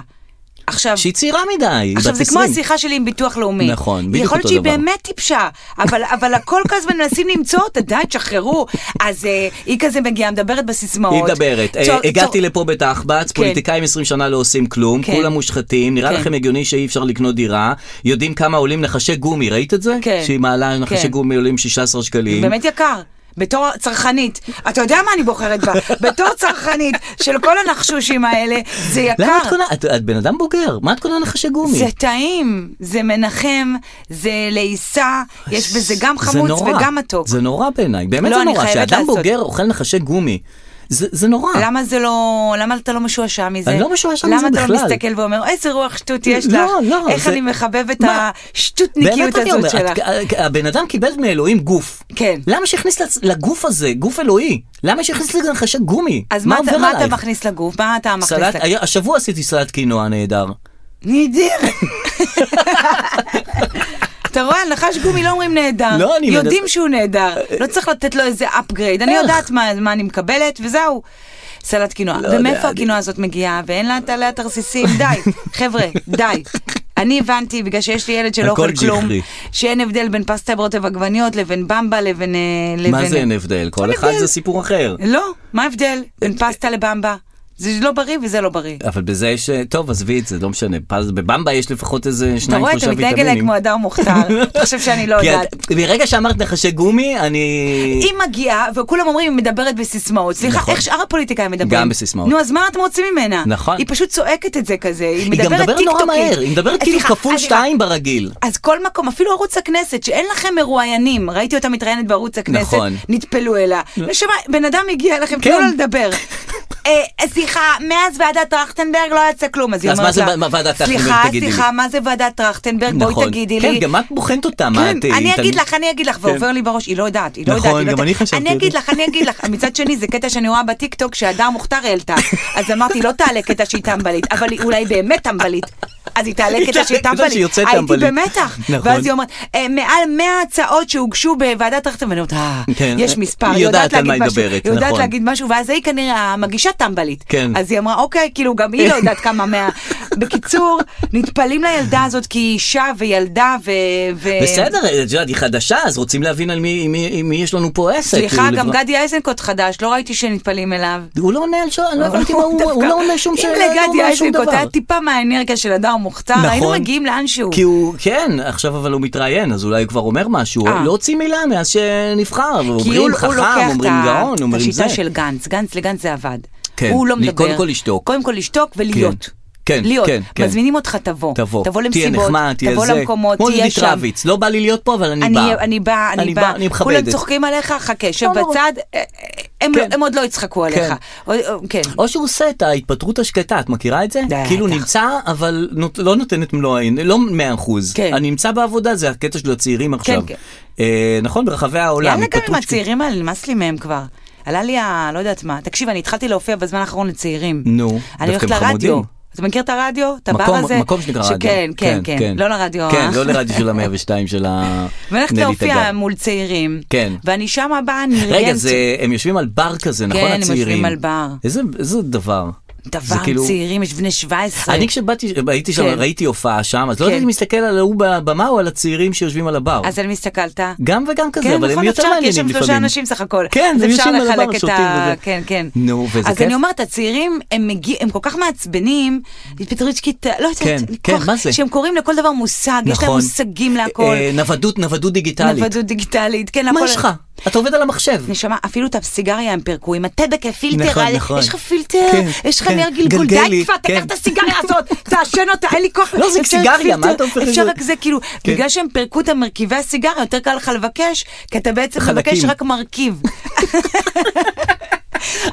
S3: עכשיו...
S2: שהיא צעירה מדי, היא
S3: עכשיו
S2: בת
S3: זה כמו
S2: 20.
S3: השיחה שלי עם ביטוח לאומי.
S2: נכון, בדיוק
S3: יכול להיות
S2: אותו
S3: שהיא
S2: דבר.
S3: באמת טיפשה, אבל, אבל הכל כל הזמן מנסים למצוא אותה, די, תשחררו. אז אה, היא כזה מגיעה, מדברת בסיסמאות.
S2: היא מדברת, אה,
S3: צור-
S2: הגעתי
S3: צור-
S2: לפה בתחב"צ, פוליטיקאים 20 שנה לא עושים כלום,
S3: כן.
S2: כולם מושחתים, נראה
S3: כן.
S2: לכם הגיוני שאי אפשר לקנות דירה, יודעים כמה עולים נחשי גומי, ראית את זה?
S3: כן.
S2: שהיא מעלה נחשי
S3: כן.
S2: גומי עולים 16 שקלים.
S3: באמת יקר. בתור צרכנית, אתה יודע מה אני בוחרת
S2: [LAUGHS]
S3: בה, בתור צרכנית של כל הנחשושים האלה, זה יקר.
S2: למה את קונה? את- את בן אדם בוגר, מה את קונה נחשי גומי?
S3: זה טעים, זה מנחם, זה לעיסה, יש בזה גם
S2: זה
S3: חמוץ
S2: נורא.
S3: וגם מתוק.
S2: זה נורא בעיניי, באמת
S3: לא,
S2: זה
S3: אני
S2: נורא,
S3: חייבת
S2: שאדם
S3: לעשות.
S2: בוגר אוכל נחשי גומי. זה זה נורא.
S3: למה זה לא, למה אתה לא משועשע מזה?
S2: אני לא משועשע מזה
S3: למה אתה לא
S2: בכלל.
S3: מסתכל ואומר, איזה רוח שטות יש
S2: לא,
S3: לך?
S2: לא,
S3: איך
S2: זה-
S3: אני מחבב את
S2: מה?
S3: השטותניקיות
S2: אני
S3: הזאת
S2: אומר,
S3: שלך?
S2: את- הבן אדם קיבל מאלוהים גוף.
S3: כן.
S2: למה שהכניס לצ- לגוף הזה, גוף אלוהי? למה שהכניס לנחשי גומי?
S3: אז מה אתה-
S2: עובר
S3: מה אתה
S2: עלייך?
S3: מכניס לגוף? מה אתה מכניס
S2: סלט,
S3: לגוף?
S2: היה- השבוע עשיתי סלט קינוע נהדר.
S3: נהדר. אתה רואה, על נחש גומי לא אומרים נהדר.
S2: לא, אני
S3: יודעים
S2: מנס-
S3: שהוא נהדר. לא צריך לתת לו איזה upgrade. אני
S2: איך?
S3: יודעת מה מה אני מקבלת, וזהו. סלט קינוע.
S2: לא יודע,
S3: ומאיפה
S2: אני-
S3: הקינוע הזאת מגיעה? ואין לה את עליה תרסיסים? די, חבר'ה, די. אני הבנתי, בגלל שיש לי ילד
S2: הכל
S3: שלא אוכל כלום,
S2: ג'יחרי.
S3: שאין הבדל בין פסטה ברוטב עגבניות לבין במבה לבין... אה,
S2: מה
S3: לבין-
S2: זה אין הבדל? כל אחד
S3: הבדל.
S2: זה סיפור אחר.
S3: לא, מה ההבדל בין פסטה לבמבה? זה לא בריא וזה לא בריא.
S2: אבל בזה יש, טוב עזבי את זה, לא משנה. פז- בבמבה יש לפחות איזה
S3: אתה
S2: שניים
S3: רואה, אתה
S2: שלושה
S3: מתנהג אליי
S2: ויטמינים.
S3: כמו אדם מוכתר, אתה חושב שאני לא
S2: [LAUGHS] כי
S3: יודעת.
S2: את- ברגע שאמרת נחשי גומי, אני...
S3: היא מגיעה, וכולם אומרים, היא מדברת בסיסמאות. סליחה,
S2: נכון.
S3: איך שאר הפוליטיקאים מדברים?
S2: גם בסיסמאות.
S3: נו, אז מה אתם רוצים ממנה?
S2: נכון.
S3: היא פשוט צועקת את זה כזה, היא
S2: היא
S3: מדברת
S2: גם
S3: טיקטוקית. אה,
S2: מדברת נורא מהר, היא מדברת כאילו
S3: סליחה,
S2: כפול
S3: אז סליחה.
S2: שתיים ברגיל.
S3: אז כל מקום, אפילו ערוץ הכנסת, שאין לכם מרואיינים, ראיתי אותה מתראיינת בערוץ הכנסת,
S2: נכון.
S3: נטפלו אליה. נשמה, בן אדם הגיע אליכם,
S2: כן.
S3: תנו לו
S2: [LAUGHS]
S3: לדבר. אה, סליחה, מאז ועדת טרכטנברג לא יצא כלום, אז היא
S2: אז מה
S3: אומרת
S2: זה
S3: לה,
S2: ו- מה ועדת טרכטנברג,
S3: סליחה,
S2: תגידי לי."
S3: סליחה, מה זה ועדת טרכטנברג, בואי
S2: נכון.
S3: תגידי
S2: כן,
S3: לי.
S2: גם את בוחנת אותה, מה
S3: כן,
S2: את... אה, היא
S3: אני אגיד
S2: תלמיד-
S3: לך, אני אגיד לך, ועובר לי בראש, היא לא יודעת, היא לא
S2: נכון,
S3: יודעת, היא לא
S2: גם אני
S3: יודעת.
S2: חשבתי
S3: אני
S2: את
S3: אגיד
S2: זה.
S3: לך, אני אגיד לך, מצד שני זה קטע שאני רואה בטיקטוק שהדר מוכתר העלתה, אז אמרתי לא תעלה קטע שהיא טמבלית, אבל היא אולי באמת טמבלית. אז היא תעלה
S2: היא
S3: קטע שהיא
S2: תעלה קטע שהיא
S3: טמבלית,
S2: יוצאת
S3: הייתי
S2: טמבלית.
S3: במתח,
S2: נכון.
S3: ואז היא אומרת, "אה, מעל 100 הצעות שהוגשו בוועדת טרכטנברג, ואני אומרת, אה,
S2: כן,
S3: יש מספר,
S2: היא
S3: היא יודעת
S2: יודעת על מה
S3: להגיד
S2: היא
S3: משהו,
S2: מדברת,
S3: היא יודעת
S2: נכון.
S3: להגיד משהו, ואז היא כנראה המגישה טמבלית,
S2: כן.
S3: אז היא אמרה, אוקיי, כאילו גם היא לא יודעת
S2: [LAUGHS]
S3: כמה מאה, בקיצור, נטפלים לילדה הזאת כי היא אישה וילדה ו... ו-
S2: בסדר, אה, את יודעת, היא חדשה, אז רוצים להבין על מי- מי מי יש לנו פה עסק.
S3: סליחה,
S2: כאילו,
S3: גם
S2: לבד-
S3: גדי איזנקוט חדש, לא ראיתי שנטפלים אליו.
S2: הוא לא עונה על שאלה, אני לא הבנתי מה הוא,
S3: אה, דווקא-
S2: הוא לא עונה שום שאלה, לא
S3: אם לגדי
S2: אומר שום
S3: איזנקוט
S2: דבר. נכון.
S3: היה טיפה מהאנרגיה של אדם מוכתר, היינו מגיעים לאנשהו.
S2: כי הוא, כן, עכשיו אבל הוא מתראיין, אז אולי הוא כבר אומר משהו,
S3: אה.
S2: לא הוציא מילה מאז שנבחר,
S3: כי הוא-
S2: אומרים
S3: הוא לוקח
S2: חכם,
S3: את
S2: אומרים
S3: ה-
S2: גאון,
S3: את
S2: אומרים זה.
S3: השיטה של גנץ, גנץ לגנץ זה עבד.
S2: כן,
S3: הוא לא
S2: לי-
S3: מדבר.
S2: קודם כל לשתוק.
S3: קודם כל לשתוק ולהיות.
S2: כן,
S3: להיות.
S2: כן, כן.
S3: מזמינים אותך, תבוא.
S2: תבוא,
S3: תבוא
S2: תהיה
S3: למסיבות,
S2: נחמד, תהיה
S3: תבוא
S2: זה,
S3: למקומות,
S2: כמו
S3: תהיה
S2: יהודית
S3: שם.
S2: רביץ, לא בא לי להיות פה, אבל אני
S3: אני,
S2: בא.
S3: אני בא, אני בא,
S2: אני
S3: כולם
S2: מכבדת.
S3: צוחקים עליך, חכה, שב
S2: לא נורא.
S3: בצד, אה, אה, הם, לא-
S2: כן.
S3: הם עוד לא יצחקו עליך. או- או- כן.
S2: או שהוא עושה את ההתפטרות השקטה, את מכירה את זה?
S3: בטח.
S2: כאילו נמצא, אבל נות, לא נותן את מלוא, העין- לא 100%.
S3: כן.
S2: אני נמצא בעבודה, זה הקטע של הצעירים עכשיו.
S3: כן.
S2: אה, נכון, ברחבי העולם.
S3: יאללה, גם עם
S2: התפטרות שקטה.
S3: הצעירים האלה, נמאס לי מהם כבר. עלה לי ה... לא יודעת מה. תקשיב, אני התחלתי להופיע בזמן האחרון לצעירים.
S2: נו,
S3: אני
S2: דווקא
S3: הולכת
S2: הם
S3: לרדיו.
S2: חמודים.
S3: אתה מכיר את הרדיו? את הבר
S2: מקום,
S3: הזה?
S2: מקום שנקרא רדיו.
S3: שכן, כן, כן. לא לרדיו.
S2: כן,
S3: ה-
S2: לא לרדיו של
S3: [LAUGHS]
S2: המאה ושתיים של ה...
S3: ואני הולכת
S2: נלי
S3: להופיע
S2: תגר.
S3: מול צעירים.
S2: כן.
S3: ואני שמה באה נרגנת.
S2: רגע, זה, הם יושבים על בר כזה, נכון?
S3: כן, הם
S2: הצעירים.
S3: יושבים על בר.
S2: איזה, איזה דבר. כאילו-
S3: דבר צעירים, יש בני 17.
S2: אני כשבאתי, הייתי שם,
S3: כן.
S2: ראיתי הופעה שם, אז לא
S3: כן.
S2: יודעת אם מסתכל על ההוא בבמה או על הצעירים שיושבים על הבר.
S3: אז על מי הסתכלת?
S2: גם וגם כזה, אבל הם יותר
S3: כן, נכון, כי יש
S2: מעניינים
S3: שם
S2: לפעמים.
S3: שלושה אנשים סך הכל.
S2: כן,
S3: אז
S2: הם
S3: אפשר
S2: יושבים על הבר,
S3: לחלק את
S2: שותים
S3: ה...
S2: וזה.
S3: כן, כן.
S2: נו, וזה
S3: אז
S2: כיף.
S3: אני אומרת, הצעירים, הם מגיעים, הם כל כך מעצבנים, התפטרות שקטה, לא יודעת,
S2: כן,
S3: כל
S2: כן,
S3: כך-
S2: מה זה?
S3: שהם קוראים לכל דבר מושג, יש להם
S2: נכון.
S3: מושגים להכל.
S2: אה, נוודות, נוודות דיגיטלית.
S3: נוודות דיגיטלית, כן,
S2: מה
S3: הכל-
S2: יש לך? אתה עובד על המחשב.
S3: נשמה, אפילו את הסיגריה הם פירקו, עם הטבק הפילטר,
S2: נכון,
S3: על-
S2: נכון.
S3: יש לך פילטר,
S2: כן,
S3: יש לך
S2: כן.
S3: נר גלגול,
S2: גלגל
S3: די
S2: לי,
S3: כבר, תקח
S2: כן.
S3: את הסיגריה הזאת, תעשן אותה, אין לי כוח.
S2: לא, זה
S3: אפשר
S2: סיגריה,
S3: פילטר,
S2: מה אתה הופך את
S3: אפשר
S2: זה?
S3: רק זה, כאילו,
S2: כן.
S3: בגלל שהם פירקו את המרכיבי הסיגריה, יותר קל לך לבקש, כי אתה בעצם
S2: חלקים.
S3: מבקש רק מרכיב. אתה
S2: [LAUGHS]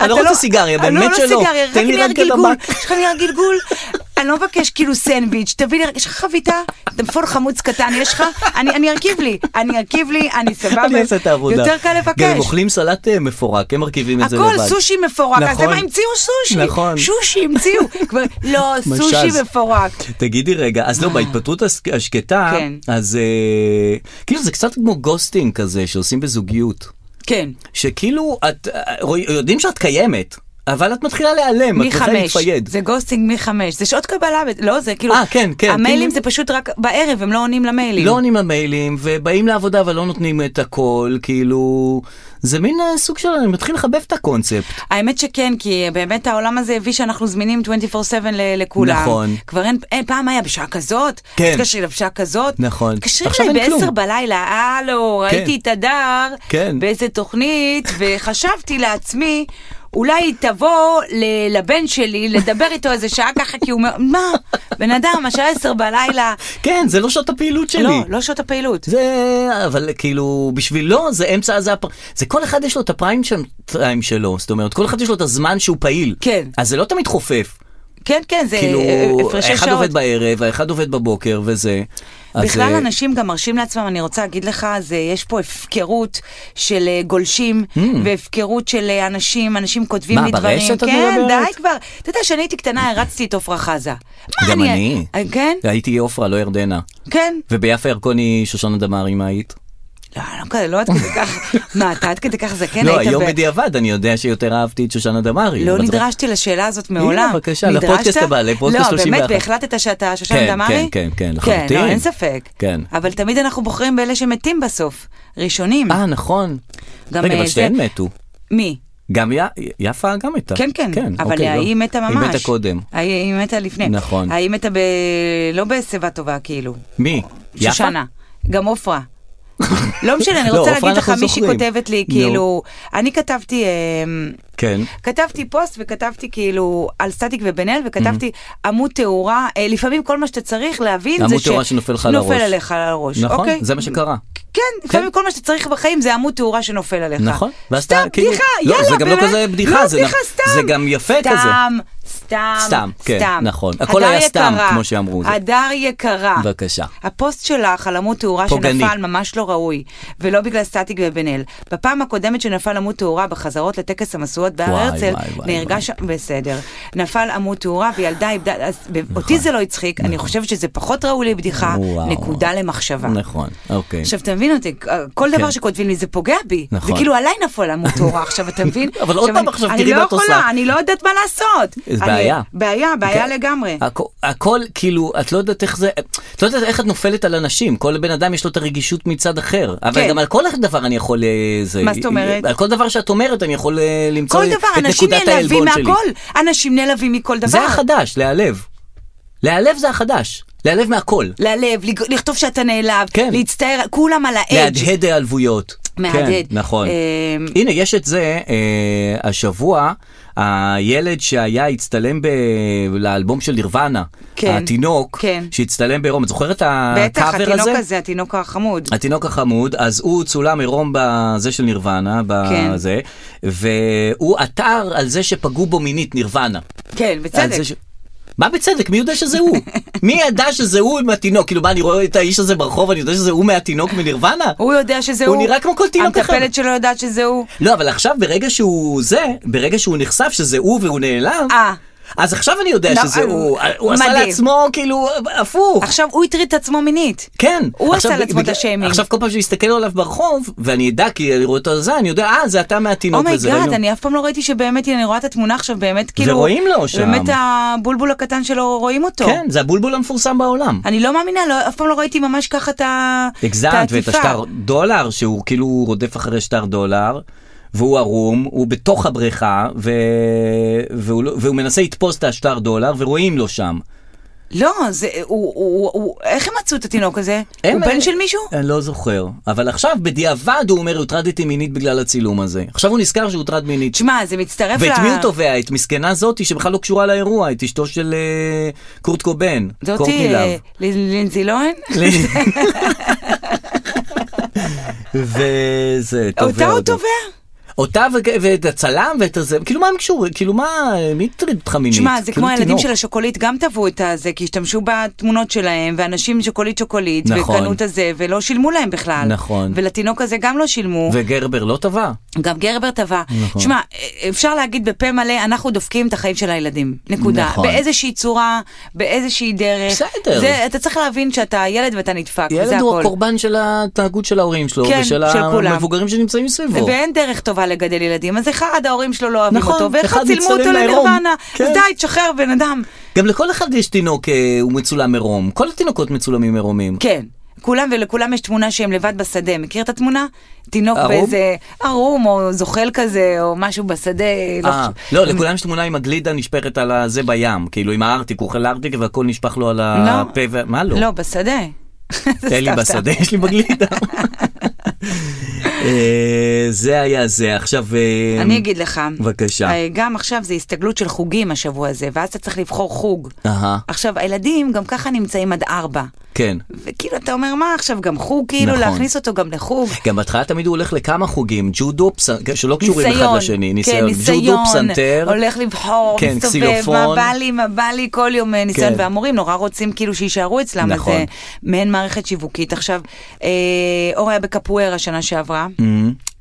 S2: אני לא רוצה סיגריה,
S3: אני
S2: באמת
S3: לא
S2: שלא.
S3: סיגריה, רק
S2: תן לי
S3: נר
S2: רק את
S3: גלגול.
S2: הטבק.
S3: יש לך נייר גלגול? [LAUGHS] אני לא מבקש כאילו סנדוויץ', תביא לי, רק- יש לך חביתה? טלפון חמוץ קטן יש לך? אני אני ארכיב לי, אני ארכיב לי, אני
S2: [LAUGHS]
S3: סבבה.
S2: אני אעשה את העבודה.
S3: יותר קל
S2: גם הם
S3: לבקש.
S2: אוכלים סלט אה, מפורק, הם מרכיבים את זה לבד.
S3: הכל סושי מפורק, אז
S2: נכון.
S3: הם המציאו סושי.
S2: נכון.
S3: שושי המציאו. כבר-
S2: [LAUGHS]
S3: לא,
S2: משז.
S3: סושי מפורק.
S2: תגידי רגע, אז לא, בהתפטרות הס- השקטה,
S3: אה. כן.
S2: אז אה, כאילו זה קצת כמו גוסטינג כזה שעושים בזוגיות.
S3: כן.
S2: שכאילו, את אה, רוא- יודעים שאת קיימת, אבל את מתחילה להיעלם, את
S3: מי
S2: מתחילה
S3: חמש,
S2: להתפייד.
S3: זה גוסטינג מי חמש, זה שעות קבלה, ב- לא זה כאילו,
S2: אה, כן, כן,
S3: המיילים
S2: כאילו-
S3: זה פשוט רק בערב, הם לא עונים למיילים.
S2: לא עונים למיילים, ובאים לעבודה אבל לא נותנים את הכל, כאילו... זה מין אה, סוג של... אני מתחיל לחבב את הקונספט.
S3: האמת שכן, כי באמת העולם הזה הביא שאנחנו זמינים 24/7 ל- לכולם.
S2: נכון.
S3: כבר אין, אין, פעם היה בשעה כזאת,
S2: כן.
S3: התקשרי אליי בשעה כזאת.
S2: נכון.
S3: התקשרי
S2: עכשיו
S3: אליי
S2: אין
S3: בעשר
S2: כלום.
S3: בלילה, הלו,
S2: כן.
S3: ראיתי את הדר,
S2: כן.
S3: באיזה תוכנית, [LAUGHS] וחשבתי לעצמי, אולי היא תבוא ל- לבן שלי לדבר איתו איזה שעה ככה, כי הוא אומר, מה, בן אדם, השעה עשר בלילה.
S2: כן, זה לא שעות הפעילות שלי.
S3: לא, לא שעות הפעילות.
S2: זה, אבל כאילו, בשבילו זה אמצע, זה, הפר... זה כל אחד יש לו את הפריים של- טיים שלו, זאת אומרת, כל אחד יש לו את הזמן שהוא פעיל.
S3: כן.
S2: אז זה לא תמיד חופף.
S3: כן, כן, זה
S2: כאילו,
S3: אה, הפרשי שעות.
S2: האחד עובד בערב, האחד עובד בבוקר וזה. אז,
S3: בכלל
S2: אה,
S3: אנשים גם מרשים לעצמם, אני רוצה להגיד לך, זה, יש פה הפקרות של אה, גולשים, והפקרות של אה, אנשים, אנשים כותבים
S2: Hmm. מה,
S3: לי דברים.
S2: ברשת את
S3: כן,
S2: מדברת?
S3: די כבר. אתה יודע, כשאני הייתי קטנה, הרצתי את עפרה חזה. מה,
S2: גם אני.
S3: אה, כן?
S2: הייתי עופרה, לא ירדנה.
S3: כן.
S2: וביפה ירקוני שושנה דמארי, מה היית?
S3: לא, אני לא כזה, לא עד כדי
S2: [LAUGHS]
S3: כך, מה, אתה עד כדי כך זקן?
S2: לא,
S3: כן, היית
S2: היום
S3: ב-
S2: בדיעבד אני יודע שיותר אהבתי את שושנה דמארי.
S3: לא
S2: אבל זה-
S3: נדרשתי לשאלה הזאת מעולם.
S2: הנה, בבקשה,
S3: נדרשת?
S2: לפודקאסט הבא, לפודקאסט
S3: לא,
S2: 31.
S3: באמת, והחלטת שאתה שושן
S2: כן,
S3: דמארי?
S2: כן, כן, כן, לחלוטין.
S3: כן, לא, אין ספק.
S2: כן.
S3: אבל תמיד אנחנו בוחרים באלה שמתים בסוף, ראשונים.
S2: אה, נכון.
S3: גם,
S2: רגע,
S3: אה,
S2: אבל
S3: זה-
S2: שתיהן מתו.
S3: מי?
S2: גם י- יפה גם הייתה.
S3: כן, כן, אבל
S2: אוקיי, לא.
S3: היא מתה ממש.
S2: היא מתה קודם.
S3: היא היא מתה לפני.
S2: נכון.
S3: היא מתה ב... לא בשיבה טובה, כאילו.
S2: מי? יפה?
S3: שושנה. גם
S2: [LAUGHS]
S3: עופרה. לא משנה, אני
S2: לא,
S3: רוצה
S2: עופרה
S3: להגיד לך,
S2: אנחנו
S3: מישהי
S2: זוכרים.
S3: כותבת לי,
S2: נו.
S3: כאילו, אני כתבתי... אמ,
S2: כן.
S3: כתבתי פוסט וכתבתי כאילו על סטטיק ובן אל וכתבתי עמוד תאורה, אה, לפעמים כל מה שאתה צריך להבין זה
S2: Mm-hmm. עמוד תאורה שנופל לך על
S3: נופל
S2: הראש.
S3: עליך על הראש,
S2: נכון,
S3: אוקיי?
S2: זה מה שקרה.
S3: כן, לפעמים כל מה שאתה צריך בחיים זה עמוד תאורה שנופל עליך.
S2: נכון. ואז אתה
S3: סתם,
S2: כאילו-
S3: בדיחה,
S2: לא,
S3: יאללה,
S2: זה גם לא
S3: באמת.
S2: כזה בדיחה,
S3: לא,
S2: זה
S3: בדיחה,
S2: נ-
S3: סתם.
S2: זה גם יפה כזה.
S3: סתם, סתם,
S2: סתם, כן,
S3: סתם.
S2: נכון. הכל היה
S3: הדר
S2: סתם,
S3: יקרה,
S2: כמו שאמרו.
S3: הדר יקרה.
S2: בבקשה.
S3: הפוסט שלך על עמוד תאורה
S2: פוגעני.
S3: שנפל ממש לא ראוי, ולא בגלל סטטיק ובן אל. בפעם הקודמת שנפל עמוד תאורה בחזרות לטקס המשואות בהר
S2: וואי,
S3: הרצל,
S2: וואי, וואי,
S3: נהרגה
S2: וואי.
S3: שם, בסדר. נפל עמוד תאורה וילדה איבדה, אז ב- אותי זה לא הצחיק, אני חושבת שזה פחות ראוי לבדיחה,
S2: נכון. וואו.
S3: נקודה למחשבה.
S2: נכון, אוקיי.
S3: עכשיו, אתה מבין אותי, כל דבר
S2: כן.
S3: שכותבים לי זה פוגע בי.
S2: נכון.
S3: זה כאילו עליי נפל עמוד תאורה עכשיו, אתה מבין?
S2: [LAUGHS] אבל עוד פעם
S3: אני-
S2: עכשיו, תראי מה את
S3: אני לא
S2: עושה.
S3: יכולה, אני לא יודעת מה לעשות.
S2: זה
S3: אני-
S2: בעיה.
S3: בעיה, בעיה
S2: כן.
S3: לגמרי.
S2: הכ- הכל כאילו את לא יודעת איך זה את לא יודעת איך את נופלת על אנשים כל בן אדם יש לו את הרגישות מצד אחר אבל
S3: כן.
S2: גם על כל דבר אני יכול אה, זה
S3: מה זאת אומרת?
S2: על כל דבר שאת אומרת אני יכול אה, למצוא
S3: כל
S2: את
S3: דבר, אנשים
S2: נקודת
S3: נעלבים
S2: העלבון שלי.
S3: מהכל. אנשים נעלבים מכל דבר.
S2: זה החדש להיעלב. להיעלב זה החדש להיעלב מהכל
S3: ללב, לג- לכתוב שאתה נעלב,
S2: כן.
S3: להצטער, כולם על האדג'.
S2: להדהד העלבויות.
S3: מהדהד.
S2: כן, נכון.
S3: אמ,
S2: הנה, יש את זה, אה, השבוע, הילד שהיה, הצטלם ב... לאלבום של נירוונה.
S3: כן.
S2: התינוק,
S3: כן.
S2: שהצטלם בעירום. את זוכרת את
S3: בטח,
S2: הקאבר
S3: התינוק
S2: הזה?
S3: הזה, התינוק החמוד.
S2: התינוק החמוד, אז הוא צולם עירום בזה של נירוונה,
S3: כן.
S2: בזה, והוא עתר על זה שפגעו בו מינית, נירוונה.
S3: כן,
S2: על
S3: בצדק.
S2: זה ש- מה בצדק? מי יודע שזה
S3: [LAUGHS]
S2: הוא? מי ידע שזה הוא עם התינוק? כאילו, מה, אני רואה את האיש הזה ברחוב, אני יודע שזה הוא מהתינוק מנירוונה?
S3: הוא יודע שזה
S2: הוא
S3: הוא.
S2: נראה כמו כל תינוק אחר.
S3: המטפלת שלו יודעת שזה הוא.
S2: לא, אבל עכשיו, ברגע שהוא זה, ברגע שהוא נחשף שזה הוא והוא נעלם,
S3: אה.
S2: אז עכשיו אני יודע
S3: לא,
S2: שזה
S3: אה,
S2: הוא. הוא עשה
S3: מדהים.
S2: לעצמו כאילו הפוך.
S3: עכשיו הוא הטריד את עצמו מינית.
S2: כן.
S3: הוא
S2: עכשיו
S3: עשה לעצמו את
S2: בגלל-
S3: השיימינג.
S2: עכשיו כל פעם שאני אסתכל עליו ברחוב, ואני אדע כי אני רואה אותו על זה, אני יודע, אה, זה אתה מהתינוק וזה.
S3: אומייגאד,
S2: ראינו."
S3: אני אף פעם לא ראיתי שבאמת, הנה, אני רואה את התמונה עכשיו, באמת כאילו...
S2: ורואים לו שם.
S3: באמת הבולבול הקטן שלו, רואים אותו.
S2: כן, זה הבולבול המפורסם בעולם.
S3: אני לא מאמינה, לא- אף פעם לא ראיתי ממש ככה את ה- את
S2: הגזמת ואת
S3: העטיפה.
S2: השטר דולר שהוא כאילו רודף אחרי שטר דולר והוא ערום הוא בתוך הבריכה ו... והוא, לא- והוא מנסה לתפוס את השטר דולר ורואים לו שם.
S3: לא, זה, הוא, הוא, הוא, איך הם מצאו את התינוק הזה?
S2: הם-
S3: הוא בן של מישהו?
S2: אני לא זוכר אבל עכשיו בדיעבד הוא אומר הוטרדתי מינית בגלל הצילום הזה עכשיו הוא נזכר שהוטרד מינית.
S3: תשמע, זה מצטרף ל...
S2: ואת מי הוא תובע? את מסכנה זאתי שבכלל לא קשורה לאירוע, את אשתו של אה, קורט קובן,
S3: זאתי,
S2: קורטני לאב.
S3: אה, ל- לינזי לוהן?
S2: לא
S3: [LAUGHS]
S2: וזה, תובע
S3: אותה הוא תובע?
S2: אותה ו- ואת הצלם ואת הזה, כאילו מה הם קשורים? כאילו מה, מי הטריד אותך מינית?
S3: תשמע, זה
S2: כאילו
S3: כמו הילדים
S2: תינוק.
S3: של השוקולית גם תבעו את הזה, כי השתמשו בתמונות שלהם, ואנשים שוקולית שוקולית,
S2: נכון.
S3: וקנו את הזה, ולא שילמו להם בכלל.
S2: נכון.
S3: ולתינוק הזה גם לא שילמו.
S2: וגרבר לא טבע?
S3: גם גרבר טבע.
S2: נכון.
S3: שמע, אפשר להגיד בפה מלא, אנחנו דופקים את החיים של הילדים. נקודה.
S2: נכון.
S3: באיזושהי צורה, באיזושהי דרך.
S2: בסדר.
S3: זה, אתה צריך להבין שאתה ילד ואתה נדפק, וזה
S2: ילד הוא
S3: הכל.
S2: הקורבן של ההתנהגות של ההורים שלו,
S3: כן,
S2: ושל
S3: של כולם.
S2: המבוגרים שנמצאים מסביבו.
S3: ואין דרך טובה לגדל ילדים, אז אחד ההורים שלו לא אוהבים
S2: נכון,
S3: אותו, ואחד
S2: אחד
S3: צילמו
S2: מצטלם
S3: אותו
S2: לעירום.
S3: לנירוונה.
S2: כן.
S3: אז די, תשחרר בן אדם.
S2: גם לכל אחד יש תינוק, אה, הוא מצולם עירום. כל התינוקות מצולמים עירומים.
S3: כן. כולם ולכולם יש תמונה שהם לבד בשדה, מכיר את התמונה? תינוק
S2: ערום?
S3: באיזה ערום או זוחל כזה או משהו בשדה. לא
S2: אה,
S3: חשוב.
S2: לא, לכולם יש תמונה עם הגלידה נשפכת על הזה בים, כאילו עם הארטיק, הוא אוכל ארטיק והכל נשפך לו על הפה, ו- מה לא?
S3: לא, בשדה.
S2: תן לי
S3: סתם, סתם.
S2: בשדה, יש לי בגלידה. אה, זה היה זה, עכשיו... אה,
S3: אני אגיד לך.
S2: בבקשה.
S3: אה, גם עכשיו זה הסתגלות של חוגים השבוע הזה, ואז אתה צריך לבחור חוג.
S2: אהה,
S3: עכשיו, הילדים גם ככה נמצאים עד ארבע.
S2: כן.
S3: וכאילו, אתה אומר, מה עכשיו, גם חוג? כאילו,
S2: נכון.
S3: להכניס אותו גם לחוג.
S2: גם בהתחלה תמיד הוא הולך לכמה חוגים, ג'ודו, פס... שלא קשורים אחד לשני,
S3: כן,
S2: ניסיון,
S3: ניסיון,
S2: ג'ודו, פסנתר,
S3: הולך לבחור,
S2: כן,
S3: מסתובב,
S2: קסילופון.
S3: מה בא לי, מה בא לי, כל יום אה, ניסיון,
S2: כן.
S3: והמורים נורא רוצים כאילו שיישארו אצלם,
S2: נכון.
S3: אז זה מעין מערכת שיווקית. עכשיו, אה, אור היה בקפוארה שנה שעברה.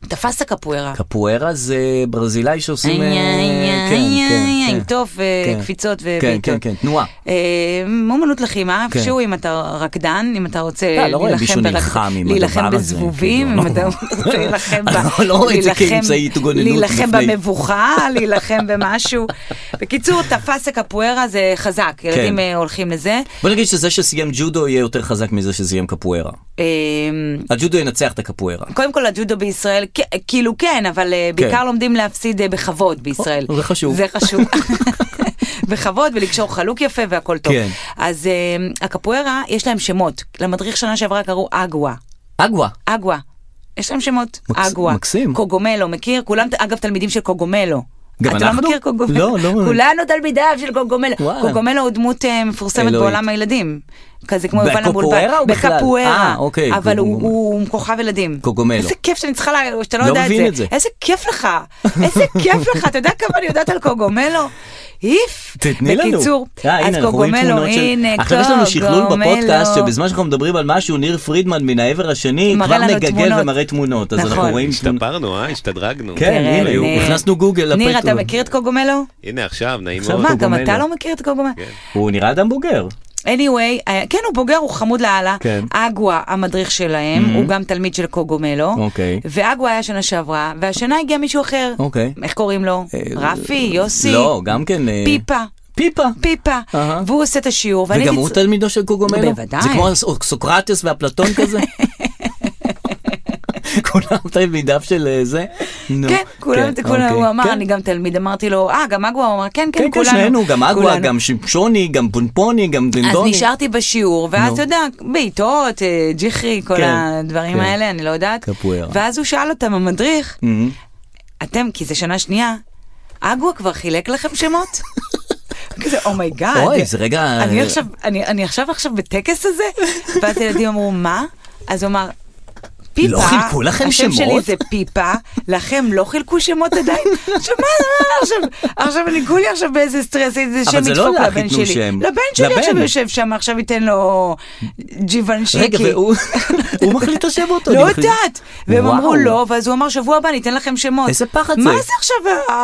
S3: תפס תפסת קפוארה.
S2: קפוארה זה ברזילאי שעושים...
S3: איי,
S2: Mm-hmm. אה,
S3: איי,
S2: כן,
S3: איי,
S2: כן,
S3: איי,
S2: כן.
S3: עם טוף
S2: כן.
S3: וקפיצות
S2: כן,
S3: ובעיטות.
S2: כן, כן, תנועה.
S3: אה, אומנות לחימה,
S2: כן.
S3: איפשהו אם אתה רקדן, אם אתה רוצה
S2: לא, לא רואה
S3: להילחם
S2: מישהו
S3: ברק-
S2: נלחם עם הדבר
S3: להילחם
S2: הזה,
S3: בזבובים,
S2: כאילו,
S3: אם אתה
S2: לא. [LAUGHS]
S3: רוצה להילחם ב-
S2: אני לא רואה את זה
S3: להילחם-
S2: כאמצעי התגוננות
S3: להילחם
S2: בפני- [LAUGHS]
S3: במבוכה, להילחם במשהו. בקיצור, תפס הקפוארה זה חזק,
S2: כן.
S3: ילדים אה, הולכים לזה.
S2: בוא נגיד שזה שסיים ג'ודו יהיה יותר חזק מזה שסיים קפוארה.
S3: אה,
S2: הג'ודו ינצח את הקפוארה.
S3: קודם כל הג'ודו בישראל, כ- כאילו כן, אבל אה, בעיקר לומדים להפסיד אה, בכבוד בישראל.
S2: זה חשוב.
S3: זה
S2: [LAUGHS]
S3: חשוב. בכבוד ולקשור חלוק יפה והכל טוב.
S2: כן.
S3: אז אה, הקפוארה, יש להם שמות. למדריך שנה שעברה קראו אגווה.
S2: אגווה.
S3: אגווה. יש להם שמות.
S2: מקס-
S3: אגווה.
S2: מקסים.
S3: קוגומלו, מכיר? כולם, אגב, תלמידים של קוגומלו.
S2: גם
S3: אתה
S2: אנחנו?
S3: לא מכיר קוגומלו?
S2: לא, לא.
S3: כולנו תלמידיו של קוגומלו.
S2: וואלה.
S3: קוגומלו הוא דמות אה, מפורסמת
S2: אלוהית.
S3: בעולם הילדים. כזה כמו יובל
S2: בקפוארה
S3: אמולבן.
S2: או בכלל?
S3: בקפוארה.
S2: אה, אוקיי,
S3: אבל הוא-
S2: קוגומלו.
S3: הוא כוכב ילדים.
S2: קוגומלו.
S3: איזה כיף שאני צריכה, לה- שאתה לא
S2: לא
S3: יודע את זה.
S2: מבין את זה.
S3: איזה כיף לך. איזה כיף לך. אתה יודע כמה אני יודעת על קוגומלו? איף.
S2: תתני לנו.
S3: בקיצור,
S2: אה, הנה,
S3: אז
S2: אנחנו רואים
S3: קוגומלו,
S2: תמונות של-
S3: הנה, קוגומלו.
S2: עכשיו יש לנו שכלול בפודקאסט שבזמן שאנחנו מדברים על משהו, ניר פרידמן מן העבר השני
S3: מראה
S2: כבר
S3: לנו
S2: מגגל
S3: תמונות.
S2: ומראה תמונות. אז אנחנו
S3: נכון.
S2: רואים... תמונות-
S4: השתפרנו, אה? השתדרגנו.
S2: כן,
S3: תראה,
S2: הנה,
S3: הנה.
S2: הכנסנו גוגל לפרק.
S3: ניר, אתה מכיר את קוגומלו?
S4: הנה עכשיו, נעים
S2: עכשיו
S4: מאוד.
S3: מה, גם
S2: קוגומלו. כן.
S3: אתה לא מכיר את קוגומלו?
S2: הוא נראה אדם בוגר.
S3: anyway, אה, כן, הוא בוגר, הוא חמוד לאללה.
S2: כן.
S3: אגווה, המדריך שלהם, הוא גם תלמיד של קוגומלו.
S2: Mm-hmm. אוקיי.
S3: ואגווה היה שנה שעברה, והשנה הגיע מישהו אחר.
S2: אוקיי.
S3: איך קוראים לו?
S2: אה,
S3: רפי, יוסי?
S2: לא, גם כן... אה,
S3: פיפה.
S2: פיפה.
S3: פיפה.
S2: אהה.
S3: והוא עושה את השיעור. ואני
S2: וגם
S3: הייתי
S2: הוא
S3: צ-
S2: תלמידו של קוגומלו?
S3: בוודאי.
S2: זה כמו סוק- סוקרטס ואפלטון
S3: [LAUGHS]
S2: כזה? כולם תלמידיו של אה, זה? נו,
S3: כן, כולם, כולם,
S2: אוקיי.
S3: הוא אמר,
S2: כן.
S3: אני גם תלמיד. אמרתי לו, אה, גם אגווה? הוא אמר, כן, כן,
S2: כן, כן,
S3: כולנו.
S2: שנינו, גם אגווה,
S3: כולנו."
S2: גם שמשוני, גם פונפוני, גם
S3: אז
S2: דינדוני.
S3: נשארתי בשיעור, ואז
S2: נו.
S3: אתה יודע, בעיטות, אה, ג'יחרי, כל
S2: כן,
S3: הדברים
S2: כן.
S3: האלה, אני לא יודעת.
S2: קפוארה.
S3: ואז הוא שאל אותם, המדריך,
S2: מהמם.
S3: אתם, כי זה שנה שנייה, אגווה כבר חילק לכם שמות?
S2: [LAUGHS]
S3: כזה, "Oh אומייגאד.
S2: אוי, זה רגע-
S3: אה, אני עכשיו, אני, אני עכשיו עכשיו בטקס
S2: [LAUGHS]
S3: הזה? ואז הילדים אמרו, מה? אז הוא אמר, פיפה,
S2: לא חילקו לכם
S3: השם
S2: שמות?"
S3: שלי זה פיפה, לכם לא חילקו שמות עדיין? עכשיו, מה, מה, עכשיו, עכשיו אני כולי עכשיו באיזה סטרס, איזה
S2: אבל
S3: שם
S2: זה לא
S3: ידפוק
S2: לך
S3: לבן
S2: ייתנו
S3: שלי.
S2: שם.
S3: לבן שלי
S2: לבן.
S3: עכשיו יושב שם, עכשיו ייתן לו ג'יוונשיקי.
S2: רגע,
S3: [LAUGHS]
S2: והוא הוא מחליט את השם אותו.
S3: לא
S2: אני מחליט-
S3: יודעת. והם
S2: וואו.
S3: אמרו לא, ואז הוא אמר שבוע הבא ניתן לכם שמות.
S2: איזה פחד
S3: מה
S2: זה?
S3: זה עכשיו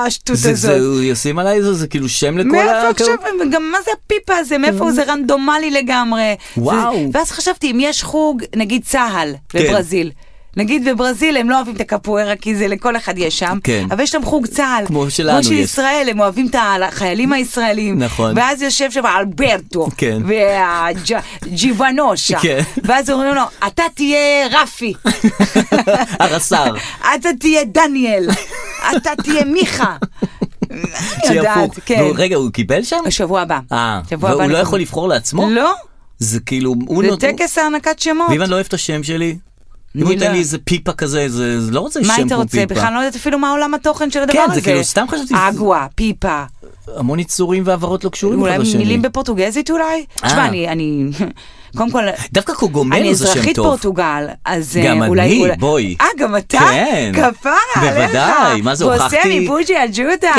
S3: השטות
S2: זה, זה,
S3: הזאת?
S2: הוא ישים עליי זה, זה כאילו שם לכל
S3: מאיפה עכשיו,
S2: הקהל?
S3: גם מה זה הפיפה הזה, מאיפה הוא, זה רנדומלי לגמרי.
S2: וואו. כן.
S3: זה- ואז חשבתי, אם יש חוג, נגיד צה"ל בברזיל. נגיד בברזיל הם לא אוהבים את הקפוארה כי זה לכל אחד יש שם,
S2: כן.
S3: אבל יש שם חוג צה"ל,
S2: כמו שלנו
S3: של
S2: יש.
S3: ישראל, הם אוהבים את החיילים הישראלים,
S2: נכון.
S3: ואז יושב שם אלברטו,
S2: כן.
S3: וג'יוונושה,
S2: כן.
S3: ואז אומרים לו, אתה תהיה רפי,
S2: [LAUGHS]
S3: [LAUGHS]
S2: הרס"ר.
S3: אתה תהיה דניאל, אתה תהיה מיכה. אני יודעת,
S2: שיהפוך.
S3: כן.
S2: נו, רגע, הוא קיבל שם?
S3: השבוע הבא.
S2: אה,
S3: שבוע הבא
S2: והוא לא
S3: אנחנו-
S2: יכול לבחור לעצמו?
S3: לא,
S2: זה כאילו, הוא
S3: זה
S2: נות-
S3: טקס הענקת שמות.
S2: ואם אני לא אוהב את השם שלי? אם הוא
S3: אני
S2: ייתן
S3: לא-
S2: לי איזה פיפה כזה, זה זה לא רוצה שם פה
S3: מה
S2: פיפה.
S3: היית רוצה? בכלל לא יודעת אפילו מה עולם התוכן של הדבר
S2: כן,
S3: הזה.
S2: זה כאילו, סתם חשבתי-
S3: אגווה, פיפה.
S2: המון יצורים והעברות לא קשורים
S3: לא- אולי
S2: אחד לשני.
S3: מילים בפורטוגזית אולי?
S2: אה.
S3: תשמע, אני, אני, קודם כל,
S2: דווקא
S3: אני
S2: קוגומלו זה שם
S3: אזרחית
S2: טוב.
S3: פורטוגל, אז אה,
S2: גם
S3: אולי...
S2: אני,
S3: אולי-
S2: בואי.
S3: אה, גם אתה?
S2: כן.
S3: כפרה עליך.
S2: בוודאי, מה זה, הוכחתי-
S3: ועושה
S2: [LAUGHS]
S3: מבוז'י הג'ודה,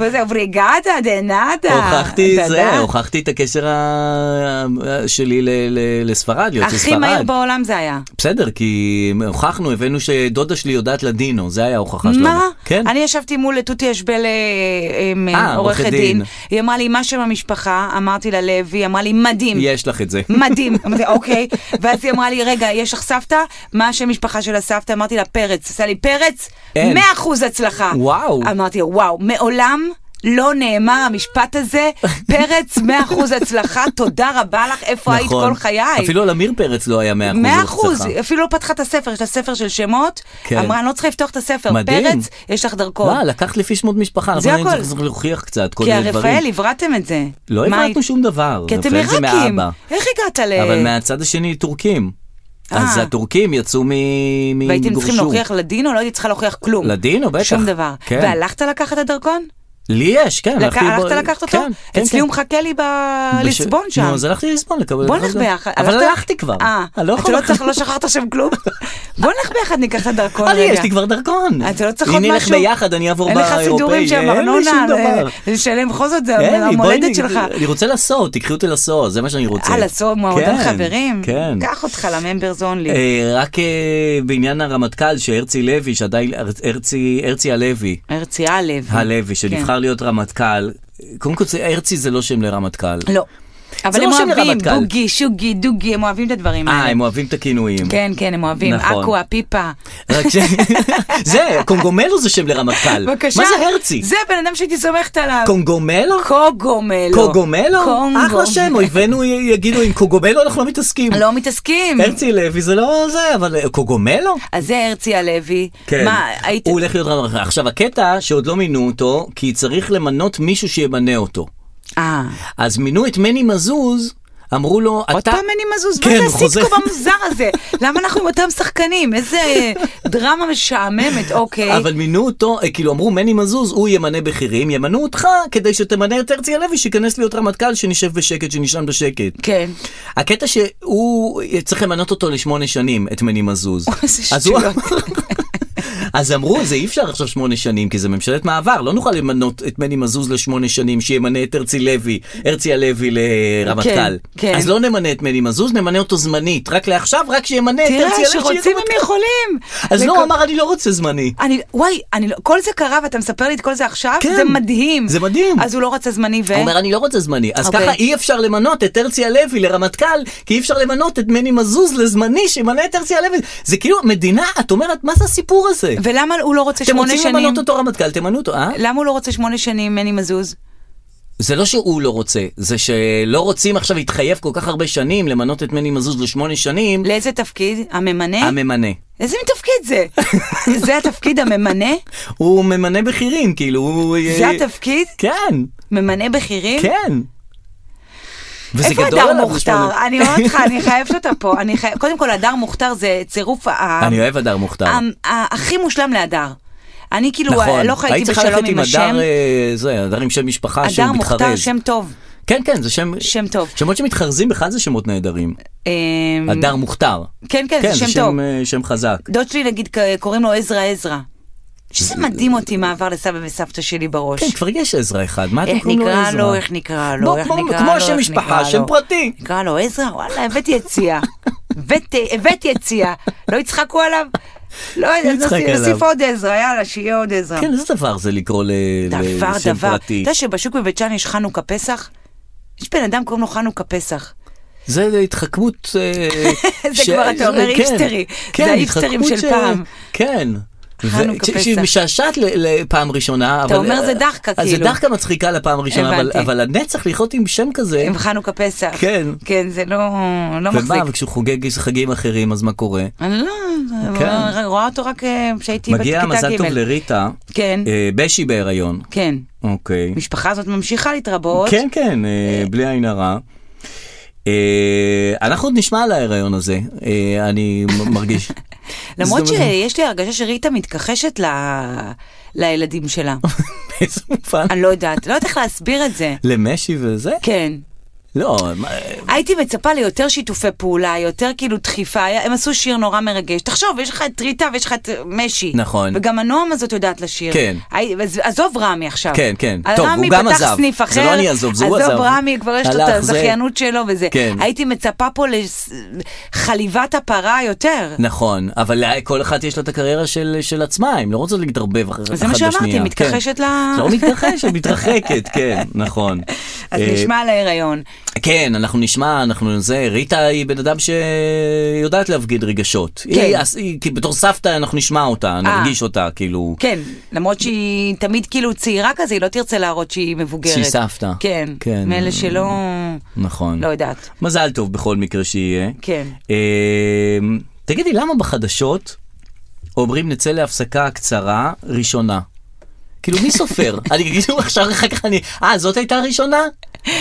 S3: וזה אובריגדה דנאדה.
S2: הוכחתי
S3: אתה
S2: זה,
S3: יודע?
S2: הוכחתי את הקשר ה- ה- שלי ל- ל- לספרד, להיות
S3: הכי
S2: ספרד.
S3: מהיר בעולם זה היה.
S2: בסדר, כי הוכחנו, הבאנו שדודה שלי יודעת לדינו, זה היה ההוכחה שלנו.
S3: מה?
S2: כן.
S3: אני ישבתי מול תותי אשבל אה, עם
S2: אה,
S3: אה, עורכת
S2: עורכת
S3: דין.
S2: דין.
S3: היא אמרה לי, מה שם המשפחה? אמרתי לה לוי, היא אמרה לי, מדהים.
S2: יש לך את זה.
S3: [LAUGHS] מדהים. אמרתי, אוקיי. ואז היא אמרה לי, רגע, יש לך סבתא? מה השם משפחה של הסבתא? אמרתי לה, פרץ. עשה לי, פרץ,
S2: אין.
S3: 100 אחוז הצלחה.
S2: וואו.
S3: אמרתי, לה, וואו, מעולם... לא נאמר המשפט הזה,
S2: [LAUGHS]
S3: פרץ, 100% הצלחה, תודה רבה לך, איפה היית
S2: נכון.
S3: כל חיי?
S2: אפילו על עמיר פרץ לא היה 100% הצלחה.
S3: מאה אחוז, אפילו לא פתחה את הספר, יש לה ספר של שמות,
S2: כן.
S3: אמרה, אני לא צריכה לפתוח את הספר,
S2: מדהים.
S3: פרץ, יש לך דרכון.
S2: מה, לא, לקחת לפי שמות משפחה,
S3: זה
S2: אנחנו
S3: הכל.
S2: היינו צריכים להוכיח קצת כל
S3: כי
S2: מיני
S3: הרפאל,
S2: דברים.
S3: הברעתם את זה.
S2: לא
S3: מה
S2: הבנתנו
S3: היית-
S2: שום דבר,
S3: כי אתם
S2: רפאל זה
S3: עיראקים,
S2: מאבא.
S3: איך הגעת ל...
S2: אבל מהצד השני טורקים.
S3: אה.
S2: אז הטורקים יצאו מ... מ-
S3: והייתם צריכים
S2: גורשו.
S3: להוכיח לדינו, לא הייתי צריכה להוכיח כלום.
S2: לדינו, בטח.
S3: שום דבר.
S2: כן.
S3: והלכת לקחת את הדרכון?
S2: לי יש, כן.
S3: לקח-
S2: הלכתי בו-
S3: הלכת לקחת אותו?
S2: כן, כן,
S3: אצלי
S2: כן.
S3: הוא מחכה לי בליסבון
S2: בש-
S3: שם.
S2: נו, אז הלכתי לסבון לקבל...
S3: בוא
S2: לקבל-
S3: נלך ביחד.
S2: אבל
S3: הלכת?
S2: הלכתי כבר.
S3: אה,
S2: אני לא
S3: אתה
S2: יכול...
S3: לא צריך, לא שכחת שם כלום? בוא נלך ביחד, ניקח את הדרכון
S2: אני,
S3: רגע.
S2: יש אה, לי כבר דרכון.
S3: אתה לא צריך עוד משהו.
S2: אם נלך ביחד, אני אעבור באירופאי.
S3: אין לך סידורים שהם
S2: אין לי
S3: ארנונה,
S2: שום דבר.
S3: זה- לשלם בכל זאת, זה
S2: אין לי, בואי
S3: המולדת
S2: נ-
S3: שלך.
S2: אני רוצה לסעות, תקחי אותי לסעות, זה מה שאני רוצה.
S3: אה, לעשות מועדון
S2: כן,
S3: חברים?
S2: כן.
S3: קח אותך לממברס אונלי.
S2: אה, רק אה, בעניין הרמטכ"ל שהרצי לוי, שעדיין, הרצ- הרצי, הרצי הלוי,
S3: הרצי הלב.
S2: הלוי, שנבחר להיות רמטכ"ל, קודם כל זה- הרצי זה לא שם לרמטכ"ל.
S3: לא. אבל
S2: לא
S3: הם
S2: שם
S3: אוהבים,
S2: לרמטכ"ל.
S3: בוגי, שוגי, דוגי, הם אוהבים את הדברים
S2: אה,
S3: האלה.
S2: הם אוהבים את הכינויים.
S3: כן, כן, הם אוהבים.
S2: נכון.
S3: אקו, הפיפה.
S2: רק ש... [LAUGHS] זה, קונגומלו זה שם לרמטכ"ל.
S3: בבקשה.
S2: מה זה הרצי?
S3: זה בן אדם שהייתי סומכת עליו.
S2: קונגומלו?
S3: קוגומלו.
S2: קוגומלו?
S3: קונגו.
S2: אחלה שם, אויבינו י- יגידו עם קוגומלו אנחנו לא מתעסקים.
S3: לא מתעסקים.
S2: הרצי לוי זה לא זה, אבל אה, קוגומלו?
S3: אז זה הרצי הלוי.
S2: כן.
S3: מה, היית...
S2: הוא הולך להיות רב עכשיו, הקטע שעוד לא מינו אותו, כי צריך למנות מישהו שימנה אותו.
S3: אה.
S2: אז מינו את מני מזוז, אמרו לו,
S3: עוד
S2: אתה...
S3: פעם מני מזוז,
S2: כן,
S3: מה זה
S2: הוא חוזר.
S3: הסיטקום המוזר
S2: [LAUGHS]
S3: הזה? למה אנחנו עם אותם שחקנים? איזה דרמה משעממת, אוקיי.
S2: אבל מינו אותו, אה, כאילו אמרו מני מזוז, הוא ימנה בכירים, ימנו אותך כדי שתמנה את הרצי הלוי שייכנס להיות רמטכ"ל, שנשב בשקט, שנשען בשקט.
S3: כן.
S2: אה, הקטע שהוא אה, צריך למנות אותו לשמונה שנים, את מני מזוז.
S3: [LAUGHS] איזה
S2: אז הוא
S3: שטויות.
S2: אמר- [LAUGHS] אז אמרו, זה אי אפשר עכשיו שמונה שנים, כי זה ממשלת מעבר, לא נוכל למנות את מני מזוז לשמונה שנים, שימנה את הרצי לוי, הרצי הלוי
S3: כן,
S2: לרמטכ"ל.
S3: כן.
S2: אז לא נמנה את מני מזוז, נמנה אותו זמנית, רק לעכשיו, רק שימנה את הרצי
S3: תראה,
S2: הלוי. שיהיה
S3: שרוצים
S2: רמטכ"ל.
S3: הם יכולים.
S2: אז לא,
S3: לכל-
S2: הוא אמר, אני לא רוצה זמני.
S3: אני, וואי, אני, לא- כל זה קרה ואתה מספר לי את כל זה עכשיו?
S2: כן.
S3: זה מדהים.
S2: זה מדהים.
S3: אז הוא לא רצה זמני ו...
S2: הוא אומר, אני לא רוצה זמני. אז
S3: אוקיי.
S2: ככה אי אפשר למנות את הרצי הלוי לרמטכ"ל, כי אי אפשר למנות את מני מזוז לזמני שימנה את הרצי הלוי. זה כאילו, מדינה, את אומרת, מה זה הסיפור הזה?
S3: ולמה הוא לא רוצה
S2: אתם
S3: שמונה
S2: רוצים
S3: שנים?
S2: למנות אותו רמטכ"ל, תמנו אותו, אה?
S3: למה הוא לא רוצה שמונה שנים, מני מזוז?
S2: זה לא שהוא לא רוצה, זה שלא רוצים עכשיו להתחייב כל כך הרבה שנים למנות את מני מזוז לשמונה שנים,
S3: לאיזה תפקיד? הממנה?
S2: הממנה.
S3: איזה מין תפקיד
S2: [LAUGHS]
S3: זה? זה התפקיד הממנה?
S2: הוא ממנה בכירים, כאילו, הוא...
S3: זה
S2: אה,
S3: התפקיד?
S2: כן,
S3: ממנה בכירים?
S2: כן. וזה
S3: איפה
S2: גדול
S3: הדר
S2: עליו
S3: מוכתר?
S2: לשמונה.
S3: אני לא- אומרת לך, אני חייבת אותה פה. אני חי... קודם כל, הדר מוכתר זה צירוף ה...
S2: אני אוהב הדר מוכתר.
S3: ה... ה... הכי מושלם להדר. אני כאילו
S2: נכון.
S3: לא
S2: היית
S3: חייתי
S2: צריכה
S3: בשלום
S2: ללכת
S3: עם השם.
S2: הדר, אה, זה, הדר עם שם משפחה שהוא
S3: הדר
S2: מתחרז.
S3: מוכתר, שם טוב.
S2: כן, כן, זה שם...
S3: שם טוב.
S2: שמות שמתחרזים בכלל זה שמות נהדרים.
S3: אמ,
S2: הדר מוכתר.
S3: כן, כן, זה שם טוב.
S2: אה, שם חזק.
S3: דוד שלי נגיד ק- קוראים לו עזרא עזרא. שזה מדהים אותי מה עבר לסבא וסבתא שלי בראש.
S2: כן, כבר יש עזרא אחד, מה אתם
S3: איך
S2: קוראים לו עזרא?
S3: נקרא לו, איך נקרא לו,
S2: בוא,
S3: איך
S2: כמו-
S3: נקרא לו,
S2: כמו
S3: איך
S2: שם משפחה,
S3: נקרא
S2: שם
S3: לו.
S2: פרטי.
S3: נקרא לו עזרא, וואלה, הבאתי יציאה. הבאתי- הבאתי יציאה. לא יצחקו עליו? לא,
S2: לא יצחק
S3: נוסיף- נוסיף
S2: עליו.
S3: עוד עזרא, יאללה, שיהיה עוד עזרא.
S2: כן, איזה דבר זה לקרוא ל-
S3: דבר,
S2: לשם
S3: דבר. אתה
S2: פרטי.
S3: יודע שבשוק בבית שאן יש חנוכה פסח? יש בן אדם קוראים לו חנוכה פסח.
S2: זה התחכמות... אה,
S3: [LAUGHS] זה כבר, אתה אומר,
S2: כן,
S3: היפסטרי.
S2: כן,
S3: זה ההיפסטרים
S2: התחכמות
S3: של
S2: ש-
S3: פעם.
S2: כן.
S3: חנוכה,
S2: ש-
S3: פסח.
S2: שהיא משעשעת ל- לפעם ראשונה, אבל... אה,
S3: אומר, זה דחקה,
S2: אז
S3: כאילו.
S2: זה דחקה מצחיקה לפעם ראשונה, אבל-
S3: הבנתי.
S2: אבל הנצח לחיות עם שם כזה...
S3: עם חנוכה פסח.
S2: כן.
S3: כן, זה לא לא מחזיק.
S2: ומה, וכשהוא חוגג חגים אחרים, אז מה קורה?
S3: אני לא,
S2: כן.
S3: אני רואה אותו רק אה, כשהייתי בכיתה ג'.
S2: מגיע מזל טוב לריטה,
S3: כן,
S2: אה, בשי בהיריון,
S3: כן.
S2: אוקיי.
S3: המשפחה הזאת ממשיכה להתרבות.
S2: כן, כן, אה, בלי עין הרע. אה, אנחנו עוד נשמע על ההיריון הזה, אה, אני מ-
S3: [LAUGHS]
S2: מרגיש.
S3: למרות
S2: זאת אומרת,
S3: שיש לי הרגשה שריטה מתכחשת ל- לילדים שלה.
S2: באיזה מובן?
S3: אני לא יודעת, לא יודעת איך להסביר את זה.
S2: למשי וזה?
S3: כן.
S2: לא, מה-
S3: הייתי מצפה ליותר שיתופי פעולה, יותר כאילו דחיפה, היה- הם עשו שיר נורא מרגש. תחשוב, יש לך את ריטה ויש לך את אה, משי.
S2: נכון.
S3: וגם הנועם הזאת יודעת לשיר.
S2: כן.
S3: הי- אז- עזוב רמי עכשיו.
S2: כן, כן.
S3: אז
S2: טוב,
S3: רמי
S2: הוא גם
S3: פתח
S2: עזב.
S3: סניף
S2: זה
S3: אחר.
S2: לא אני עזוב, זה הוא
S3: עזוב
S2: עזב.
S3: רמי, כבר יש לו את
S2: הלך, זה-
S3: הזכיינות שלו וזה.
S2: כן.
S3: הייתי מצפה פה לחליבת הפרה יותר.
S2: נכון, אבל כל אחת יש לה את הקריירה של, של עצמה, הן לא רוצות להתערבב אח- אחת בשנייה.
S3: זה מה שאמרתי,
S2: כן.
S3: מתכחשת ל-
S2: לא מתכחשת, מתרחקת, כן, נכון.
S3: [LAUGHS] אז
S2: אה,
S3: נשמע על ההיריון.
S2: כן, אנחנו נשמע, אנחנו זה, ריטה היא בן אדם שיודעת להפגיד רגשות.
S3: כן.
S2: היא, אז היא, כי בתור סבתא אנחנו נשמע אותה,
S3: אה.
S2: נרגיש אותה, כאילו,
S3: כן, למרות שהיא תמיד כאילו צעירה כזה, היא לא תרצה להראות שהיא מבוגרת.
S2: שהיא סבתא.
S3: כן,
S2: כן.
S3: מאלה שלא...
S2: נכון.
S3: לא יודעת.
S2: מזל טוב בכל מקרה שיהיה.
S3: כן.
S2: אמ, תגידי, למה בחדשות אומרים נצא להפסקה קצרה ראשונה? כאילו, מי סופר?
S3: [LAUGHS]
S2: אני כאילו עכשיו, אחר כך אני, אה, זאת הייתה הראשונה?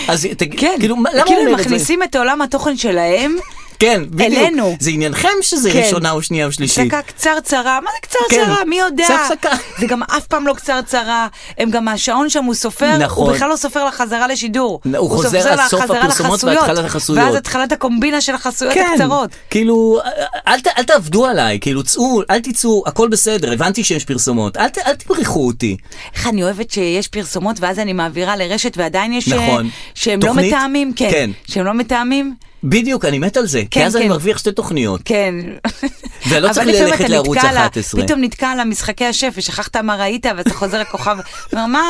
S2: אז תגיד,
S3: כן,
S2: כאילו, מה- למה
S3: כאילו
S2: הוא
S3: הם
S2: אומר את זה?
S3: מכניסים את עולם התוכן שלהם
S2: כן, בדיוק.
S3: אלינו.
S2: זה עניינכם שזה
S3: כן.
S2: ראשונה או שנייה או שלישית.
S3: הפסקה קצרצרה, מה זה
S2: כן.
S3: קצרצרה? מי יודע?
S2: זה הפסקה.
S3: זה גם אף פעם לא קצרצרה, הם גם השעון שם הוא סופר,
S2: נכון.
S3: הוא בכלל לא סופר לחזרה לשידור.
S2: הוא חוזר על סוף
S3: לחזרה
S2: הפרסומות
S3: לחסויות,
S2: והתחלת החסויות.
S3: ואז התחלת הקומבינה של החסויות
S2: כן,
S3: הקצרות.
S2: כאילו, אל, ת- אל תעבדו עליי, כאילו, צאו, אל תצאו, הכל בסדר, הבנתי שיש פרסומות, אל, ת- אל תמרחו אותי.
S3: איך אני אוהבת שיש פרסומות ואז אני מעבירה לרשת ועדיין יש...
S2: נכון.
S3: אה, שהם לא
S2: תוכנית?
S3: מתאמים,
S2: כן.
S3: כן. שהם לא מתאמים,
S2: בדיוק, אני מת על זה, כי
S3: כן,
S2: אז אני
S3: כן.
S2: מרוויח שתי תוכניות.
S3: כן.
S2: ולא
S3: אבל
S2: צריך
S3: לפעמים
S2: ללכת
S3: אתה
S2: לערוץ
S3: נתקע לה-
S2: 11.
S3: פתאום נתקע על המשחקי השף ושכחת מה ראית ואתה חוזר לכוכב. [LAUGHS] אומר, מה,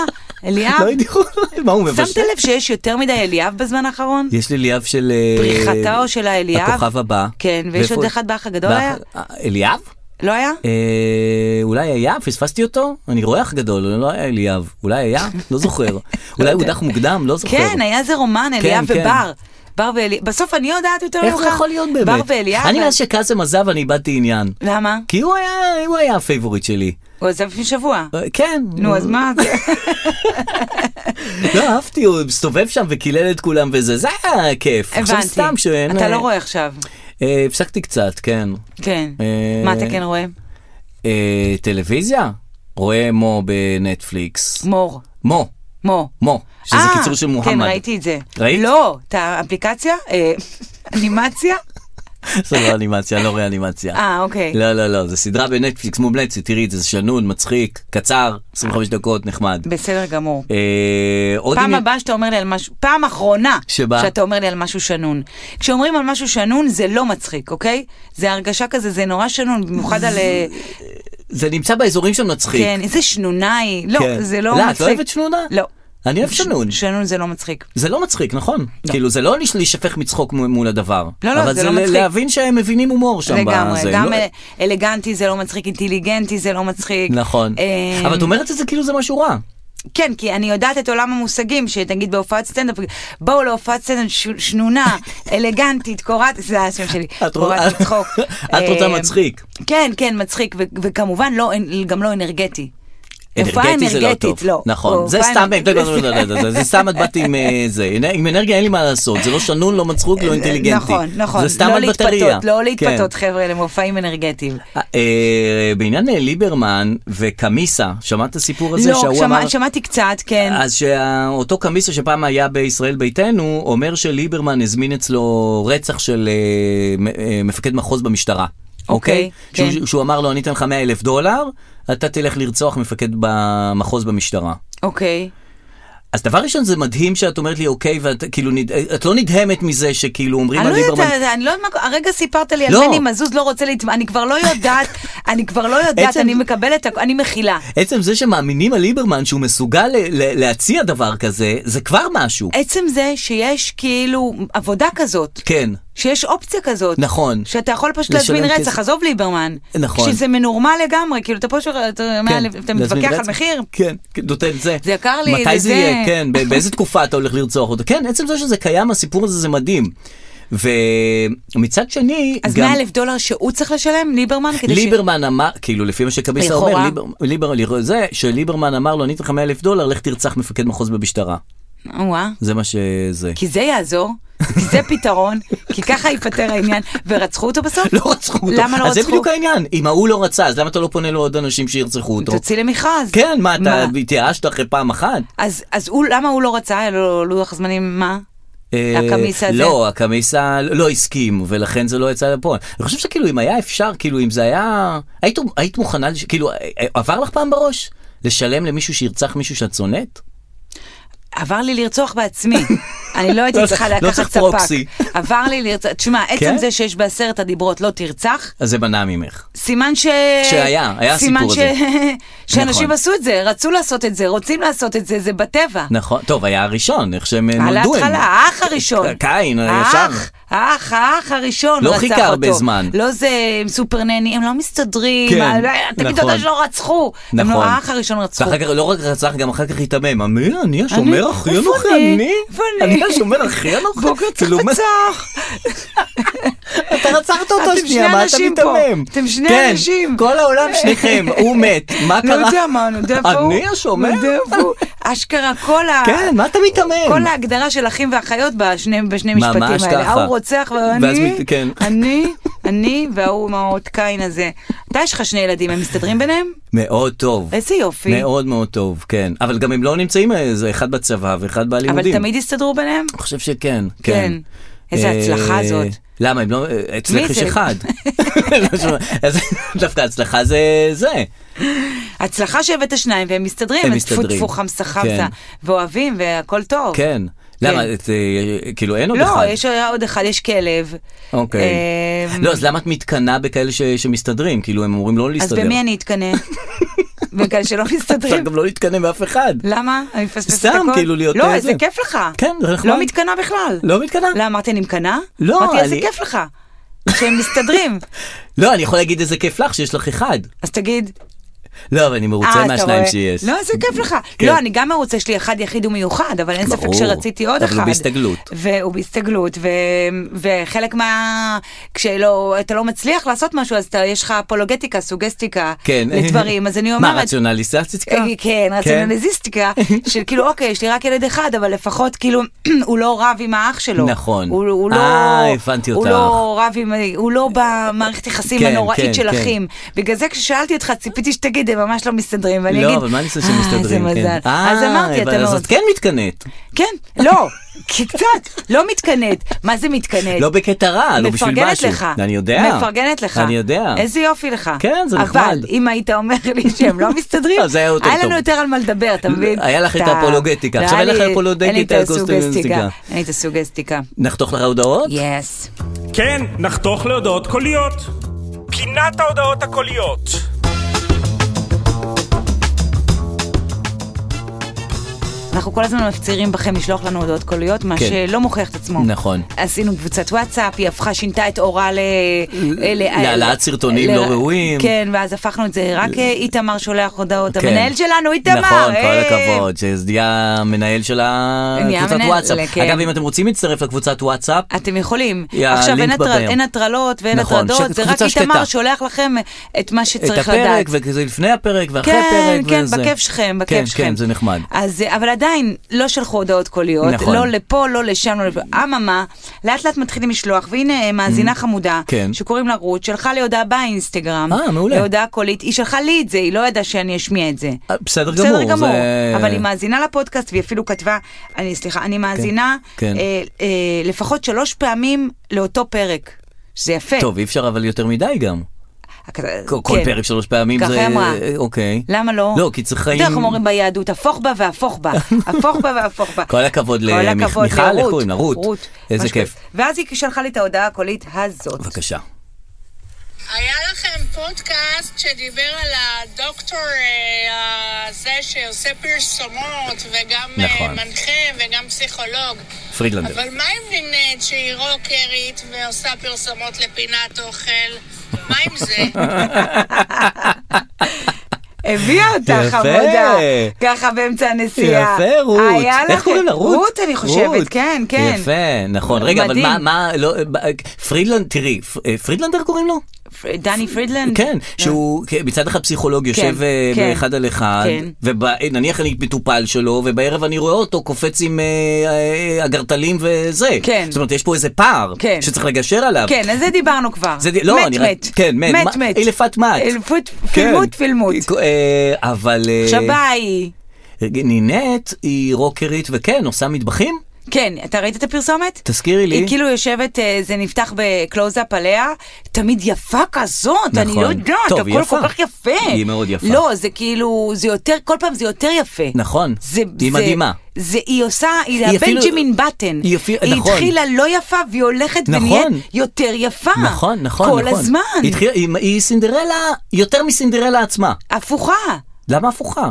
S2: לא
S3: אליאב?
S2: יודעו, מה הוא מבשל?
S3: שמת לב שיש יותר מדי אליאב בזמן האחרון?
S2: יש לי ליאב של... אה,
S3: פריחתה או של האליאב?
S2: הכוכב הבא.
S3: כן, ויש
S2: ואיפה-
S3: עוד אחד באח הגדול
S2: באח-
S3: היה?
S2: אה, אליאב?
S3: לא היה?
S2: אה, אולי היה, פספסתי אותו? אני רואה אח גדול, לא היה אליאב. אולי היה? לא
S3: [LAUGHS]
S2: זוכר. אולי הוא דח מוקדם? לא זוכר.
S3: כן, היה איזה רומן, אליאב
S2: כן.
S3: ובר. בר ואליאב. בסוף אני יודעת יותר ממך.
S2: איך זה יכול להיות באמת?
S3: בר ואליאב.
S2: אני מאז שקאזם עזב אני איבדתי עניין.
S3: למה?
S2: כי הוא היה, הוא היה הפייבוריט שלי.
S3: הוא עזב לפני שבוע.
S2: אה, כן.
S3: נו, אז מה זה?
S2: לא אהבתי, הוא הסתובב שם וקילל את כולם וזה, זה היה כיף. [LAUGHS] עכשיו
S3: הבנתי.
S2: סתם שאין...
S3: אתה
S2: אה,
S3: לא רואה עכשיו.
S2: אה, הפסקתי קצת, כן.
S3: כן.
S2: אה,
S3: מה אתה כן רואה?
S2: אה, טלוויזיה? רואה מו בנטפליקס.
S3: מור.
S2: מו,
S3: מו.
S2: מו, שזה
S3: אה,
S2: קיצור של מוחמד.
S3: כן, ראיתי את זה.
S2: ראית?
S3: לא, את האפליקציה? אה, [LAUGHS] אנימציה?
S2: [LAUGHS] זה לא אנימציה, אני לא רואה אנימציה.
S3: אה, אוקיי.
S2: לא, לא, לא, זה סדרה בנטפליקס מומלצת, תראי את זה, זה שנון, מצחיק, קצר, 25 דקות, נחמד.
S3: בסדר גמור.
S2: אה, עוד
S3: פעם
S2: עניין-
S3: הבאה שאתה אומר לי על משהו, פעם אחרונה
S2: שבה?
S3: שאתה אומר לי על משהו שנון. כשאומרים על משהו שנון זה לא מצחיק, אוקיי? זה הרגשה כזה, זה נורא שנון, במיוחד
S2: [LAUGHS]
S3: על... אה,
S2: זה נמצא באזורים שם מצחיק.
S3: כן, איזה שנונאי. לא,
S2: כן.
S3: זה לא
S2: לא, את
S3: מצחיק.
S2: לא אוהבת שנונה?
S3: לא.
S2: אני אוהב
S3: ש-
S2: שנון.
S3: שנון זה לא מצחיק.
S2: זה לא מצחיק, נכון. כאילו, זה לא לש- להישפך מצחוק מ- מול הדבר.
S3: לא, לא,
S2: אבל
S3: זה לא
S2: ל-
S3: מצחיק.
S2: להבין שהם מבינים הומור שם.
S3: לגמרי,
S2: בזה.
S3: גם
S2: לא-
S3: אה, אלגנטי זה לא מצחיק, אינטליגנטי זה לא מצחיק.
S2: נכון.
S3: אה,
S2: אבל את אומרת את זה כאילו זה משהו רע.
S3: כן, כי אני יודעת את עולם המושגים, שנגיד בהופעת סטנדאפ, בואו להופעת סטנדאפ ש-
S2: [LAUGHS]
S3: שנונה, אלגנטית, קורעת, זה השם שלי,
S2: את רוצה-
S3: קורעת לצחוק.
S2: [LAUGHS] את רוצה
S3: אה,
S2: מצחיק.
S3: כן, כן, מצחיק, ו- וכמובן לא, גם לא אנרגטי. הופעה
S2: אנרגטי זה לא
S3: אנרגטית,
S2: טוב.
S3: לא.
S2: נכון, זה
S3: הופעה
S2: סתם,
S3: אנרג-
S2: לא, לא,
S3: [LAUGHS]
S2: לא, לא, לא, לא, זה סתם את באת עם אה, זה. עם אנרגיה אין לי מה לעשות, זה לא שנון, לא מצחוק, לא אינטליגנטי.
S3: נכון, נכון,
S2: זה סתם
S3: לא
S2: על בטריה.
S3: להתפתות, לא
S2: כן.
S3: להתפתות, חבר'ה, למופעים אנרגטיים.
S2: אה, אה, בעניין אה, ליברמן וקמיסה, שמעת את הסיפור הזה
S3: לא,
S2: שהוא
S3: שמע-
S2: אמר?
S3: שמעתי קצת, כן.
S2: אז שאותו קמיסה שפעם היה בישראל ביתנו, אומר שליברמן הזמין אצלו רצח של אה, מ- אה, מפקד מחוז במשטרה.
S3: אוקיי, כן.
S2: שהוא, שהוא אמר לו, אני אתן לך 100 אלף דולר, אתה תלך לרצוח מפקד במחוז במשטרה.
S3: אוקיי.
S2: אז דבר ראשון זה מדהים שאת אומרת לי אוקיי ואת כאילו נד... את לא נדהמת מזה שכאילו אומרים
S3: אני
S2: על
S3: לא
S2: ליברמן
S3: יודעת, אני לא יודעת מה, הרגע סיפרת לי על
S2: לא.
S3: מני מזוז לא רוצה להתמ... אני כבר לא יודעת,
S2: [LAUGHS]
S3: אני כבר לא יודעת,
S2: עצם-
S3: אני מקבלת, הכ- אני מכילה.
S2: עצם זה שמאמינים על ליברמן שהוא מסוגל ל- ל- להציע דבר כזה זה כבר משהו
S3: עצם זה שיש כאילו עבודה כזאת,
S2: כן
S3: שיש אופציה כזאת.
S2: נכון.
S3: שאתה יכול פשוט
S2: לשלם
S3: להזמין
S2: כסף.
S3: רצח, עזוב ליברמן.
S2: נכון.
S3: שזה מנורמל לגמרי, כאילו אתה פה, ש- אתה מה,
S2: כן,
S3: אתה
S2: להזמין
S3: מתווכח על
S2: רצח?
S3: מחיר?
S2: כן, כן, נותן זה.
S3: זה יקר לי,
S2: מתי
S3: זה
S2: זה
S3: זה.
S2: יהיה? כן, ב-
S3: [LAUGHS]
S2: באיזה תקופה אתה הולך לרצוח אותו? כן, עצם זה שזה קיים, הסיפור הזה זה מדהים. ומצד שני,
S3: אז 100
S2: גם
S3: אלף דולר שהוא צריך לשלם, ליברמן? כדי ש-
S2: ליברמן אמר, כאילו לפי מה שקביסה אומר,
S3: לכאורה.
S2: ליבר- ליבר- ליבר- זה שליברמן אמר לו, אני אתן לך 100 אלף דולר, לך תרצח מפקד מחוז במשטרה.
S3: וואה.
S2: זה מה
S3: [LAUGHS]
S2: שזה.
S3: כי זה יעזור, כי זה פתרון, כי ככה ייפתר העניין. ורצחו אותו בסוף?
S2: לא רצחו אותו.
S3: למה לא
S2: אז זה
S3: רצחו?
S2: בדיוק העניין. אם ההוא לא רצה, אז למה אתה לא פונה לעוד אנשים שירצחו אותו?
S3: תוציא למכרז.
S2: כן, מה, אתה התייאשת אחרי פעם אחת?
S3: אז, אז הוא, למה הוא לא רצה? היה לו לוח זמנים מה?
S2: אה,
S3: הקמיס הזה?
S2: לא, הקמיסה לא הסכים, ולכן זה לא יצא לפועל. אני חושב שכאילו, אם היה אפשר, כאילו, אם זה היה... היית, היית מוכנה, לש... כאילו, אה, עבר לך פעם בראש? לשלם למישהו שירצח מישהו שאת שונאת?
S3: עבר לי לרצוח בעצמי. אני לא
S2: לא
S3: הייתי צריכה
S2: צריך- לא
S3: לקחת
S2: צריך
S3: ספק.
S2: פרוקסי.
S3: עבר לי לרצוח, תשמע,
S2: כן?
S3: עצם זה שיש בעשרת הדיברות לא תרצח,
S2: אז זה מנע ממך.
S3: סימן ש...
S2: שהיה, היה
S3: סימן
S2: הסיפור
S3: ש...
S2: הזה. נכון.
S3: שאנשים עשו את זה, רצו לעשות את זה, רוצים לעשות את זה, זה בטבע.
S2: נכון, טוב, היה הראשון, איך שהם אה, נולדו.
S3: על
S2: הם-
S3: ההתחלה, אה? האח הראשון.
S2: קין, הישר.
S3: האח, האח, האח הראשון
S2: לא
S3: רצח
S2: חיכה
S3: אותו.
S2: הרבה זמן.
S3: לא זה, הם סופרנני, הם לא מסתדרים.
S2: כן,
S3: אה, תגיד
S2: נכון.
S3: תודה שלא רצחו. הם
S2: נכון.
S3: לא, האח הראשון רצחו.
S2: ואחר כך, לא רק רצח, גם אחר כך התעמם. אמי, אני
S3: אני?
S2: השומר הכי
S3: איפה
S2: אנוכי,
S3: אני?
S2: אני?
S3: [LAUGHS] איפה אני? לא
S2: אני השומר הכי אנוכי.
S3: בוגר צריך
S2: צילום-
S3: לצח.
S2: כאילו, אתה רצחת אותו שנייה,
S3: אתם שני
S2: מה אתה
S3: אנשים פה.
S2: מיתמם?
S3: אתם שני
S2: כן,
S3: אנשים. לא,
S2: כל
S3: [LAUGHS]
S2: העולם שניכם, הוא מת, מה
S3: נו
S2: קרה?
S3: יודע מה, נו יודע פה.
S2: אני השומר?
S3: נו יודע פה. אשכרה כל ה...
S2: כן, מה אתה
S3: כל
S2: מיתמם?
S3: ההגדרה של אחים ואחיות בשני, בשני משפטים
S2: ממש
S3: האלה.
S2: ככה.
S3: ההוא רוצח
S2: ואז
S3: ואני,
S2: מת- כן.
S3: אני, אני וההוא עם האות קין הזה. אתה יש לך שני ילדים, הם מסתדרים ביניהם?
S2: מאוד טוב.
S3: איזה יופי.
S2: מאוד מאוד טוב, כן. אבל גם הם לא נמצאים, אה, זה אחד בצבא ואחד
S3: אבל
S2: בלימודים.
S3: תמיד הסתדרו ביניהם?
S2: אני חושב שכן,
S3: כן.
S2: כן.
S3: איזה
S2: אה,
S3: הצלחה זאת.
S2: למה הם לא, אה, אצלך
S3: מי
S2: יש
S3: זה? [LAUGHS]
S2: אחד. לא שומע. אז דווקא הצלחה זה זה.
S3: הצלחה שהבאת שניים והם מסתדרים,
S2: הם
S3: אז טפו
S2: מסתדרים.
S3: טפו חמסה חמסה,
S2: כן.
S3: ואוהבים והכל טוב.
S2: כן. למה, את, אה, כאילו אין עוד אחד.
S3: לא, יש עוד אחד, יש כלב.
S2: אוקיי.
S3: אמ,
S2: לא, אז למה את מתקנאה בכאלה ש- שמסתדרים? כאילו, הם אומרים לא
S3: אז
S2: להסתדר.
S3: במי אני אתקנא?
S2: [LAUGHS]
S3: בגלל שלא
S2: אפשר
S3: מסתדרים.
S2: גם לא להתקנא באף אחד.
S3: למה? אני מפספסת את
S2: סתם,
S3: הכל?
S2: כאילו, להיות
S3: לא,
S2: אה,
S3: איזה
S2: זה.
S3: כיף לך.
S2: כן, זה נחמד.
S3: לא מתקנא בכלל.
S2: לא מתקנאה?
S3: לא, אמרתי אני מקנאה?
S2: לא,
S3: אמרתי איזה
S2: אני-
S3: כיף לך. שהם מסתדרים.
S2: לא, אני יכול להגיד איזה כיף לך שיש לך אחד.
S3: אז תגיד,
S2: לא, אבל אני מרוצה
S3: אה, אתה
S2: מהשניים
S3: רואה?
S2: שיש.
S3: לא, איזה כיף לך.
S2: כן.
S3: לא, אני גם מרוצה, יש לי אחד יחיד ומיוחד, אבל אין ספק
S2: ברור.
S3: שרציתי עוד
S2: אבל
S3: אחד.
S2: הוא בהסתגלות.
S3: והוא בהסתגלות, ו- וחלק מה... כשאתה לא מצליח לעשות משהו, אז אתה- יש לך אפולוגטיקה, סוגסטיקה,
S2: כן.
S3: לדברים, אז אני
S2: מה,
S3: אומרת...
S2: רציונליסטיקה?
S3: אה, כן,
S2: [LAUGHS]
S3: רציונליזיסטיקה, של כאילו, אוקיי, יש לי רק ילד אחד, אבל לפחות כאילו, [CLEARS THROAT] הוא לא רב עם האח שלו.
S2: נכון.
S3: הוא- הוא לא...
S2: אה, הבנתי
S3: הוא
S2: אותך.
S3: לא רב עם... הוא לא במערכת יחסים
S2: כן, כן,
S3: הנוראית של
S2: כן.
S3: אחים. בגלל זה כששאלתי אותך, ציפיתי שתגיד, הם ממש לא מסתדרים, ואני
S2: לא,
S3: אגיד...
S2: אבל מה אני עושה
S3: "אה,
S2: שמסתדרים?
S3: איזה מזל.
S2: כן.
S3: אז
S2: אה,
S3: אמרתי,
S2: אבל
S3: אתה לא-
S2: אז
S3: מאוד...
S2: את כן מתקנאת.
S3: כן,
S2: [LAUGHS]
S3: לא, כי קצת, לא מתקנאת. מה זה מתקנאת?
S2: לא בקטע רע, לא בשביל
S3: מפרגנת
S2: משהו.
S3: לך.
S2: אני יודע.
S3: מפרגנת לך.
S2: אני יודע.
S3: איזה יופי לך.
S2: כן, זה
S3: אבל
S2: נחמד.
S3: אם היית אומר לי שהם לא מסתדרים,
S2: [LAUGHS] אז זה היה יותר
S3: היה לנו
S2: טוב.
S3: יותר על מה לדבר, אתה מבין?
S2: [LAUGHS] היה לך את
S3: אתה-
S2: האפולוגטיקה. עכשיו
S3: היה
S2: אין לך
S3: לי-
S2: אפולוגטיקה,
S3: אין לי את
S2: הקוסטומיסטיקה.
S3: הסוגסטיקה. אין לי את הסוגסטיקה.
S2: נחתוך לך הודעות?
S3: יס.
S5: כן, נחתוך להודעות קוליות. פינת ההודעות הקוליות.
S3: אנחנו כל הזמן מפצירים בכם לשלוח לנו הודעות קוליות, מה
S2: כן.
S3: שלא מוכיח את עצמו.
S2: נכון.
S3: עשינו קבוצת וואטסאפ, היא הפכה, שינתה את אורה ל... ל-
S2: להעלאת סרטונים
S3: ל-
S2: לא ראויים.
S3: כן, ואז הפכנו את זה, רק אה, איתמר שולח הודעות,
S2: כן.
S3: המנהל שלנו, איתמר! אה.
S2: נכון, כל
S3: היי!
S2: הכבוד, שזה יהיה המנהל של
S3: נהיה
S2: הקבוצת
S3: מנהל,
S2: וואטסאפ.
S3: כן.
S2: אגב, אם אתם רוצים להצטרף לקבוצת וואטסאפ,
S3: אתם יכולים.
S2: יא,
S3: עכשיו אין
S2: הלינק
S3: הטרל-
S2: בבאר.
S3: אין הטרלות ואין
S2: נכון,
S3: הטרדות,
S2: שקט,
S3: זה רק
S2: קבוצה
S3: איתמר
S2: שקטה.
S3: שולח לכם את מה
S2: את
S3: שצריך אה, לדעת.
S2: הפרק, וזה לפני הפרק, ואחרי
S3: כן,
S2: הפרק,
S3: כן,
S2: וזה.
S3: בכיף שלכם, בכיף
S2: כן,
S3: שלכם.
S2: כן, זה נחמד.
S3: אז, אה, אבל עדיין לא שלחו הודעות קוליות,
S2: נכון.
S3: לא לפה, לא לשם, לא לפה. אממה, לאט לאט מתחילים לשלוח, והנה אה, מאזינה חמודה,
S2: Mm. כן.
S3: שקוראים לה רות, שלחה לי הודעה באינסטגרם.
S2: אה, מעולה.
S3: הודעה קולית, היא שלחה לי את זה, היא לא ידעה שאני אשמיע את זה.
S2: אה, בסדר
S3: בסדר
S2: גמור,
S3: גמור,
S2: זה-
S3: אבל היא מאזינה לפודקאסט והיא אפילו כתבה, אני סליחה, אני מאזינה
S2: כן.
S3: אה, אה, לפחות שלוש פעמים לאותו פרק, שזה יפה.
S2: טוב, אי אפשר אבל יותר מדי גם. כל כל
S3: כן.
S2: פרק שלוש פעמים
S3: ככה
S2: זה...
S3: היא אמרה.
S2: אוקיי.
S3: למה לא?
S2: לא, כי צריך חיים...
S3: אתה יודע איך אומרים ביהדות, הפוך בה והפוך בה, הפוך בה והפוך בה.
S2: [LAUGHS] כל הכבוד
S3: כל
S2: למיכל,
S3: הכבוד
S2: איך
S3: לרות.
S2: קוראים לה? רות. איזה
S3: משהו
S2: כיף.
S3: כזה. ואז היא שלחה לי את ההודעה הקולית הזאת.
S2: בבקשה.
S6: היה לכם פודקאסט שדיבר על הדוקטור אה, הזה שעושה פרסומות וגם אה,
S2: נכון.
S6: מנחה וגם פסיכולוג.
S2: פרידלנדר.
S3: [LAUGHS]
S6: אבל מה עם נינט שהיא רוקרית ועושה פרסומות לפינת אוכל? מה עם
S2: [LAUGHS]
S6: זה?
S3: הביאה אותה
S2: יפה.
S3: חמודה, ככה באמצע הנסיעה.
S2: יפה, רות.
S3: היה
S2: איך
S3: לך-
S2: קוראים לה? רות?
S3: רות, אני חושבת,
S2: רות.
S3: כן, כן.
S2: יפה, נכון. רגע, אבל
S3: מדהים.
S2: מה, מה, לא, פרידלנד, תראי, פ- אה, פרידלנדר קוראים לו?
S3: פר- דני פרידלנד? אה,
S2: כן, שהוא כ- מצד אחד פסיכולוג יושב אה,
S3: כן.
S2: באחד על אחד,
S3: כן.
S2: ונניח אני מטופל שלו, ובערב אני רואה אותו קופץ עם אה, אה, אגרטלים וזה.
S3: כן.
S2: זאת אומרת, יש פה איזה פער
S3: כן.
S2: שצריך לגשר עליו.
S3: כן, על זה דיברנו כבר.
S2: זה די- לא,
S3: מת,
S2: אני רק-
S3: מת.
S2: כן, מת.
S3: מת,
S2: מה-
S3: מת.
S2: אילפת מת.
S3: אילפות-
S2: כן.
S3: פילמות, פילמות.
S2: אה, אבל... אה,
S3: עכשיו באה היא.
S2: נינט היא רוקרית, וכן, עושה מטבחים?
S3: כן, אתה ראית את הפרסומת?
S2: תזכירי לי.
S3: היא כאילו יושבת, אה, זה נפתח בקלוזאפ עליה, תמיד יפה כזאת, אני
S2: נכון.
S3: לא יודעת,
S2: טוב,
S3: הכל
S2: היא
S3: כל
S2: יפה.
S3: כך יפה.
S2: היא מאוד יפה.
S3: לא, זה כאילו, זה יותר, כל פעם זה יותר יפה.
S2: נכון.
S3: זה,
S2: היא
S3: זה, אה,
S2: מדהימה.
S3: זה, היא עושה, היא,
S2: היא אפילו-
S3: הבנג'מין בטן.
S2: היא אפילו-
S3: היא
S2: נכון.
S3: התחילה לא יפה והיא הולכת
S2: נכון.
S3: ונהיית יותר יפה.
S2: נכון, נכון,
S3: כל
S2: נכון.
S3: הזמן.
S2: היא, התחילה- היא, היא סינדרלה, יותר מסינדרלה עצמה.
S3: הפוכה.
S2: למה הפוכה?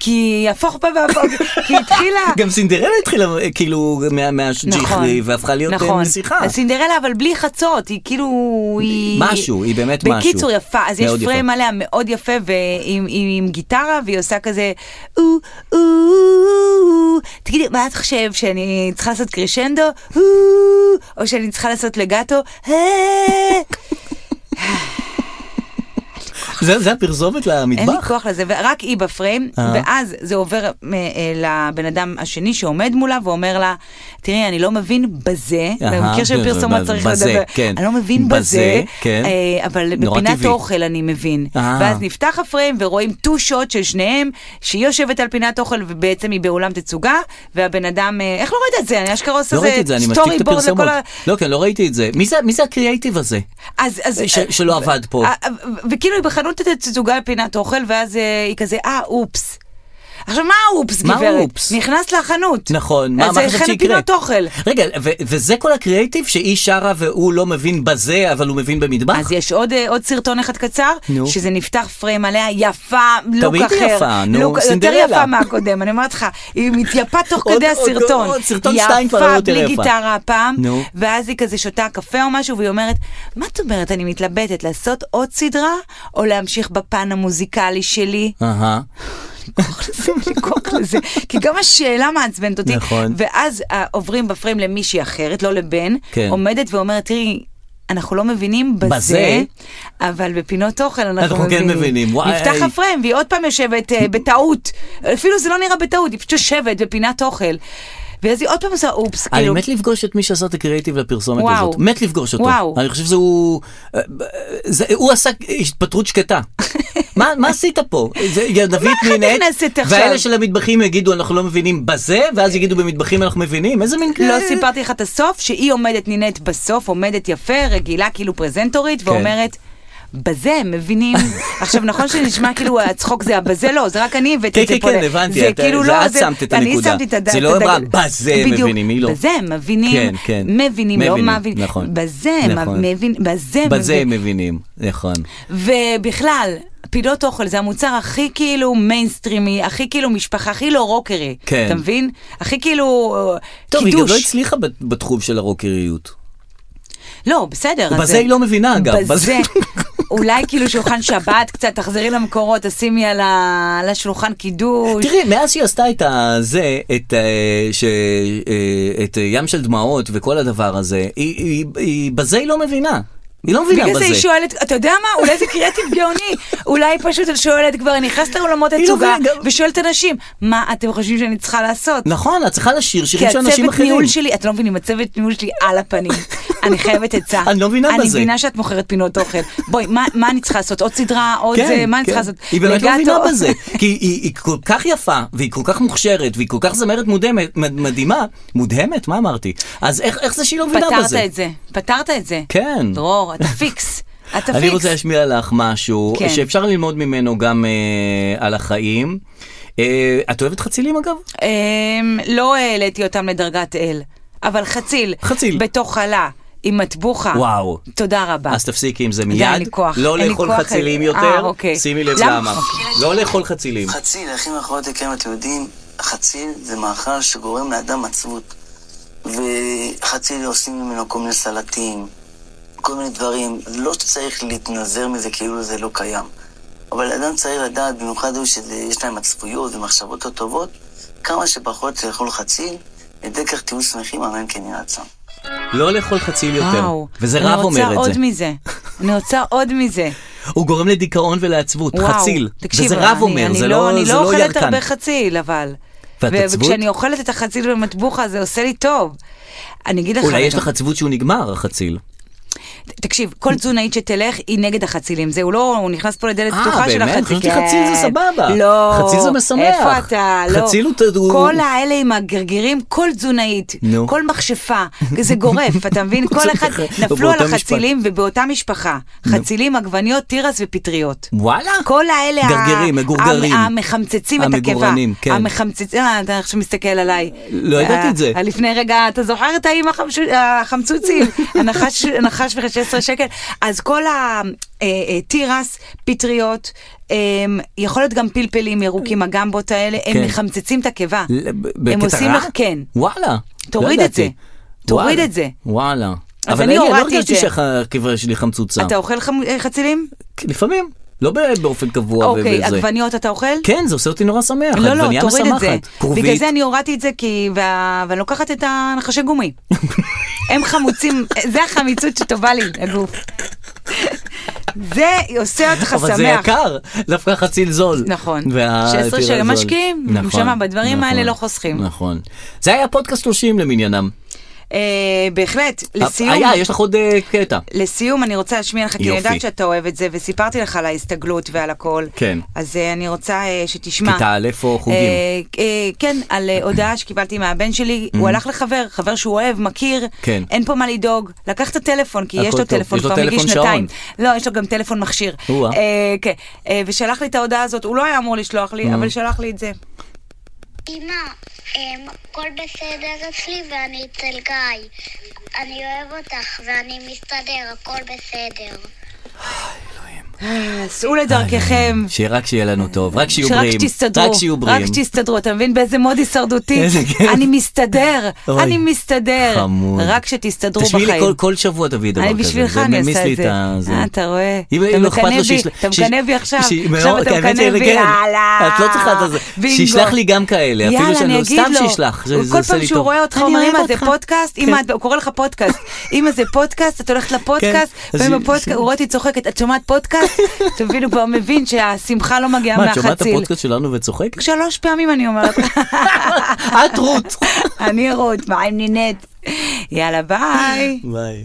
S3: כי הפוך בה והפוך,
S2: [LAUGHS]
S3: כי היא התחילה...
S2: גם סינדרלה התחילה אה, כאילו מה- מהג'יחרי והפכה להיות אה,
S3: נכון.
S2: נסיכה.
S3: אז סינדרלה אבל בלי חצות, היא כאילו... היא...
S2: משהו, היא באמת משהו.
S3: בקיצור יפה, אז יש
S2: מאוד יפה.
S3: פריים עליה מאוד יפה, והיא עם- עם גיטרה, והיא עושה כזה... "או, או, תגידי, מה את חושב, שאני צריכה לעשות קרישנדו? "הו", או שאני צריכה לעשות לגטו? "אה".
S2: זה זה הפרסומת
S3: אין לי
S2: למטבח?
S3: כוח לזה, ורק היא בפריים,
S2: אה.
S3: ואז זה עובר אה, אה, לבן אדם השני שעומד מולה ואומר לה, תראי, אני לא מבין בזה,
S2: אהה,
S3: במקרה של
S2: כן,
S3: פרסומת
S2: בזה,
S3: צריך
S2: בזה,
S3: לדבר,
S2: כן.
S3: אני לא מבין
S2: בזה,
S3: בזה,
S2: כן.
S3: אה, אבל
S2: נורא
S3: מפינת
S2: טבעי.
S3: אוכל אני מבין.
S2: אה.
S3: ואז נפתח הפריים ורואים טו שוט של שניהם, שהיא יושבת על פינת אוכל ובעצם היא באולם תצוגה, והבן אדם, אה, איך לא ראית את זה? אני אשכרה עושה
S2: לא ראיתי את זה,
S3: איזה
S2: אני
S3: סטורי
S2: משתיק את
S3: בורד
S2: הפרסומות.
S3: לכל ה...
S2: לא, כן, לא ראיתי את זה. מי זה- מי זה הקריאייטיב הזה?
S3: אז, אז,
S2: ש- שלא עבד פה.
S3: אה, אה, וכאילו היא בחנות התצוגה על פינת אוכל, ואז אה, היא כזה, אה, אופס. עכשיו, מה האופס,
S2: מה
S3: גברת?
S2: האופס?
S3: נכנס לחנות.
S2: נכון, מה, מה
S3: אז
S2: חשבת
S3: הכנו
S2: שיקרה?
S3: פינות אוכל.
S2: רגע, ו- וזה כל הקריאייטיב שהיא שרה והוא לא מבין בזה, אבל הוא מבין במטבח?
S3: אז יש עוד, אה, עוד סרטון אחד קצר,
S2: נו.
S3: שזה נפתח פריים עליה יפה, לוק
S2: היא
S3: אחר.
S2: יפה, נו,
S3: לוק,
S2: סינדרלה.
S3: יותר יפה מהקודם, אני אומרת לך, היא
S2: [LAUGHS]
S3: מתייפה תוך
S2: עוד-
S3: כדי
S2: עוד-
S3: הסרטון.
S2: עוד סרטון שתיים כבר לא יותר
S3: יפה,
S2: יפה.
S3: בלי גיטרה הפעם,
S2: נו.
S3: ואז היא כזה שותה קפה או משהו, והיא אומרת, מה את אומרת, אני מתלבטת, לעשות עוד סדרה, או להמשיך בפן המוזיקלי שלי?
S2: אהה.
S3: כוח לזה, אין לי כוח לזה, כי גם השאלה מעצבנת אותי.
S2: נכון.
S3: ואז אה, עוברים בפריים למישהי אחרת, לא לבן,
S2: כן.
S3: עומדת ואומרת, תראי... אנחנו לא מבינים בזה,
S2: בזה?
S3: אבל בפינות אוכל אנחנו,
S2: אנחנו כן מבינים, וואי.
S3: נפתח הפריים, והיא עוד פעם יושבת אה, בטעות. אפילו זה לא נראה בטעות, היא פשוט יושבת בפינת אוכל. ואז היא עוד פעם עושה אופס,
S2: אני
S3: כאילו,
S2: מת לפגוש את מי שעשה את הקריאייטיב לפרסומת
S3: וואו.
S2: הזאת. מת לפגוש אותו.
S3: וואו.
S2: אני חושב שהוא... אה, זה- הוא עשה התפטרות
S3: [LAUGHS]
S2: שקטה. מה מה עשית פה? זה- נביא את
S3: לא, איך את
S2: מינט,
S3: נכנסת עכשיו?
S2: והאלה של המטבחים יגידו אנחנו לא מבינים בזה, ואז יגידו במטבחים אנחנו מבינים, איזה מין...
S3: לא
S2: אה,
S3: סיפרתי לך את הסוף, שהיא עומדת נינט בסוף, עומדת יפה, רגילה, כאילו פרזנטורית,
S2: כן.
S3: ואומרת... בזה הם
S2: [LAUGHS]
S3: מבינים. עכשיו נכון שנשמע כאילו הצחוק זה הבזה לא, זה רק אני הבאתי את
S2: כן, כן,
S3: זה פה.
S2: כן,
S3: ל-
S2: הבנתי,
S3: זה
S2: את-
S3: כאילו
S2: זה
S3: לא,
S2: את שמת את
S3: אני
S2: הנקודה.
S3: שמתי את הדעת.
S2: זה לא אמרה, "בזה הם מבינים", היא לא.
S3: בזה הם מבינים.
S2: כן, כן.
S3: מבינים, לא
S2: מבינים,
S3: מבינים.
S2: נכון.
S3: בזה הם
S2: נכון.
S3: מבינים. בזה הם
S2: בזה
S3: מבינים.
S2: הם מבינים, נכון.
S3: ובכלל, פילות אוכל זה המוצר הכי כאילו מיינסטרימי, הכי כאילו משפחה, הכי לא רוקרי.
S2: כן.
S3: אתה מבין? הכי כאילו אה,
S2: טוב, היא גם
S3: קידוש.
S2: לא הצליחה בת- בתחום של הרוקריות.
S3: לא, בסדר. אז
S2: בזה
S3: זה-
S2: היא לא מבינה, אגב,
S3: בזה.
S2: בזה.
S3: אולי כאילו שולחן שבת קצת, תחזרי למקורות, תשימי על ה- על השולחן קידוש.
S2: תראי, מאז שהיא עשתה את הזה, את, אה, ש, אה, את אה, ים של דמעות וכל הדבר הזה, היא, היא, היא, בזה היא לא מבינה. היא לא מבינה
S3: בגלל
S2: בזה.
S3: זה היא שואלת, אתה יודע מה, אולי זה קריאטיב גאוני, אולי היא פשוט שואלת כבר, נכנסת לעולמות
S2: היא לא
S3: התצוגה,
S2: מבינה גם-
S3: ושואלת אנשים, מה אתם חושבים שאני צריכה לעשות?
S2: נכון, את צריכה לשיר
S3: כי
S2: שירים של אנשים
S3: הצוות
S2: אחרים.
S3: ניהול שלי, את לא מבינים, הצוות ניהול שלי על הפנים. אני חייבת עצה.
S2: אני לא מבינה
S3: אני
S2: בזה.
S3: מבינה שאת מוכרת פינות אוכל. בואי, מה- מה אני צריכה לעשות? עוד סדרה? עוד
S2: כן,
S3: זה? מה אני
S2: כן.
S3: צריכה לעשות?
S2: היא באמת לא
S3: לגטו?
S2: מבינה בזה, כי היא, היא כל כך יפה, והיא כל כך מוכשרת, והיא כל כך זמרת מודמת, מד- מדהימה, מודהמת? מה אמרתי? אז איך, איך זה שהיא לא מבינה
S3: פתרת
S2: בזה?
S3: את זה, פתרת את זה.
S2: כן.
S3: דרור,
S2: [LAUGHS]
S3: אתה פיקס. אתה פיקס.
S2: אני רוצה להשמיע לך משהו
S3: כן.
S2: שאפשר ללמוד ממנו גם אה, על החיים. אה, את אוהבת חצילים אגב?
S3: אמ, לא העליתי אותם לדרגת אל, אבל חציל.
S2: חציל.
S3: בתוך חלה, עם מטבוחה.
S2: וואו.
S3: תודה רבה.
S2: אז תפסיקי עם זה
S3: די,
S2: מיד.
S3: אין לי כוח,
S2: לא
S3: אין לי
S2: לאכול
S3: כוח.
S2: חצילים
S3: אה,
S2: יותר.
S3: אוקיי.
S2: שימי לב
S3: למה?
S2: למה. לא לאכול חצילים.
S7: חציל, אחים ואחיות יקרים, אתם יודעים, חציל זה מאכל שגורם לאדם עצבות. וחציל עושים ממנו כל מיני סלטים, כל מיני דברים. לא צריך להתנזר מזה כאילו זה לא קיים. אבל אדם צריך לדעת, במיוחד הוא שיש להם עצבויות ומחשבות לא טובות, כמה שפחות לאכול חציל, לידי כך תהיו שמחים, אמן כן יהיה עצם.
S2: לא לאכול חציל יותר.
S3: וואו.
S2: וזה רב
S3: אני
S2: אומר
S3: רוצה
S2: את
S3: עוד
S2: זה.
S3: מזה. אני רוצה עוד
S2: [LAUGHS]
S3: מזה.
S2: הוא גורם לדיכאון ולעצבות.
S3: וואו.
S2: חציל.
S3: תקשיב,
S2: וזה רב
S3: אני-
S2: אומר,
S3: אני
S2: זה
S3: לא,
S2: לא
S3: אני
S2: זה
S3: לא
S2: לא
S3: אוכלת
S2: ירקן.
S3: הרבה חציל, אבל.
S2: ואת
S3: ו-
S2: עצבות?
S3: וכשאני אוכלת את החציל במטבוחה זה עושה לי טוב. אני אגיד לך...
S2: אולי יש
S3: רגע.
S2: לך עצבות שהוא נגמר, החציל.
S3: תקשיב,
S2: [LAUGHS]
S3: כל תזונאית שתלך היא נגד החצילים. זהו, לא, הוא נכנס פה לדלת
S2: אה,
S3: פתוחה של
S2: באמת?
S3: החציל.
S2: חשבתי חציל זה
S3: כן.
S2: סבבה.
S3: לא.
S2: חציל זה משמח.
S3: איפה אתה? לא.
S2: חציל הוא ת- הוא-
S3: כל האלה עם הגרגירים, כל תזונאית,
S2: נו.
S3: כל מכשפה, זה
S2: [LAUGHS]
S3: גורף, אתה מבין? כל אחד, נפלו
S2: ובאותה
S3: על החצילים ובאותה משפחה. חצילים, עגבניות, תירס ופטריות.
S2: וואלה?
S3: כל האלה, ה-
S2: גרגרים, מגורגרים.
S3: המ- המחמצצים את הקיבה.
S2: המגורענים, כן.
S3: המחמצצים, אה, אתה עכשיו מסתכל עליי.
S2: לא ידעתי
S3: אה,
S2: את זה.
S3: אה, לפני רגע, אתה זוכר את האם
S2: [LAUGHS]
S3: החמצוצים? הנחש הנחש ב-16 שקל. אז כל התירס, פטריות, אה, יכול להיות גם פלפלים ירוקים, הגמבות האלה, הם
S2: Mm. כן.
S3: מחמצצים את הקיבה.
S2: ל- ב- בקטע
S3: עושים
S2: רע?
S3: לך- כן.
S2: וואלה.
S3: תוריד
S2: לא
S3: את זה.
S2: ידעתי.
S3: תוריד
S2: וואלה.
S3: את זה.
S2: וואלה.
S3: אז
S2: אבל אני
S3: אני
S2: לא
S3: הורדתי את
S2: הרגשתי
S3: זה.
S2: שהקיבה שלי חמצוצה.
S3: אתה אוכל חמ- אה, חצילים?
S2: לפעמים. לא באופן קבוע
S3: אוקיי,
S2: ובזה.
S3: עגבניות אתה אוכל?
S2: כן, זה עושה אותי נורא שמח.
S3: לא, לא,
S2: עגבנייה
S3: תוריד את זה.
S2: משמחת. כרובית.
S3: בגלל זה אני הורדתי את זה, כי... וה- ואני לוקחת את הנחשי
S2: [LAUGHS]
S3: גומי. הם חמוצים, זה החמיצות שטובה לי, הגוף. זה עושה אותך שמח.
S2: אבל זה יקר, דווקא חציל זול.
S3: נכון.
S2: וה-
S3: 16
S2: תראה,
S3: שקל
S2: זול.
S3: משקיעים, שמה, בדברים האלה לא חוסכים.
S2: נכון. זה היה פודקאסט 30 למניינם.
S3: אה, בהחלט, לסיום.
S2: היה, יש לך עוד אה, קטע.
S3: לסיום אני רוצה להשמיע לך, כי אני
S2: יופי.
S3: יודעת שאתה אוהב את זה, וסיפרתי לך על ההסתגלות ועל הכל.
S2: כן.
S3: אז אה, אני רוצה אה, שתשמע.
S2: כיתה א' או חוגים?
S3: אה, אה, כן, על אה, הודעה שקיבלתי מהבן שלי, הוא הלך לחבר, חבר שהוא אוהב, מכיר,
S2: Mm-hmm. כן.
S3: אין פה מה לדאוג, לקח את הטלפון, כי
S2: הכל
S3: יש לו
S2: טוב.
S3: טלפון
S2: יש לו
S3: כבר מגיל
S2: טלפון
S3: שנתיים. לא, יש לו גם טלפון מכשיר.
S2: או-אה.
S3: אה, כן. אה, ושלח לי את ההודעה הזאת, הוא לא היה אמור לשלוח
S2: Mm.
S3: לי, אבל שלח לי את זה.
S8: אמא, אמ, הכל בסדר אצלי ואני אצל גיא. אני אוהב אותך ואני מסתדר, הכל בסדר.
S3: סעו לדרככם.
S2: שרק שיהיה לנו טוב, רק שיהיו
S3: שרק
S2: בריאים.
S3: שתסתדרו,
S2: רק שיהיו בריאים.
S3: רק שתסתדרו, אתה מבין באיזה מוד הישרדותי?
S2: [LAUGHS] איזה כיף.
S3: אני מסתדר,
S2: אוי,
S3: אני מסתדר.
S2: חמוד.
S3: רק שתסתדרו
S2: תשמעי לי
S3: בחיים.
S2: כל- כל שבוע תביא דבר
S3: אני
S2: כזה.
S3: בשבילך
S2: זה
S3: אני
S2: ממיס
S3: אעשה
S2: לי
S3: את
S2: ה-
S3: זה. אה, אתה רואה?
S2: אם-
S3: אתה
S2: אם לא אכפת
S3: מקנא
S2: לו,
S3: בי,
S2: שישלח-
S3: אתה
S2: שיש-
S3: מקנא בי עכשיו.
S2: שי-
S3: עכשיו
S2: מאוד,
S3: אתה
S2: האמת
S3: מקנא
S2: שאני
S3: בי,
S2: כן.
S3: יאללה.
S2: את לא צריכה את זה.
S3: בינגו.
S2: שישלח לי גם כאלה, אפילו
S3: יאללה,
S2: שאני
S3: אני
S2: לא-
S3: אגיד
S2: סתם
S3: לו.
S2: שישלח, זה-
S3: הוא
S2: זה
S3: כל
S2: עושה
S3: פעם
S2: לי
S3: שהוא
S2: טוב.
S3: רואה אותך,
S2: אני
S3: אומר,
S2: אוהב
S3: אמא זה
S2: אותך."
S3: פודקאסט,
S2: כן.
S3: אמא את- הוא קורא לך
S2: [LAUGHS]
S3: פודקאסט, אמא זה פודקאסט, את הולכת לפודקאסט,
S2: כן. אז
S3: ואם
S2: היא-
S3: הפודקאסט,
S2: היא-
S3: הוא רואה אותי צוחקת, את שומעת
S2: [LAUGHS]
S3: פודקאסט? אתה מבין, הוא כבר מבין שהשמחה לא מגיעה
S2: מה, את שומעת את
S3: מהחציל.
S2: הפודקאסט שלנו
S3: [LAUGHS]
S2: וצוחקת?
S3: שלוש פעמים אני אומרת.
S2: את רות.
S3: [LAUGHS] אני רות, מה עם נינט? יאללה ביי.
S2: ביי.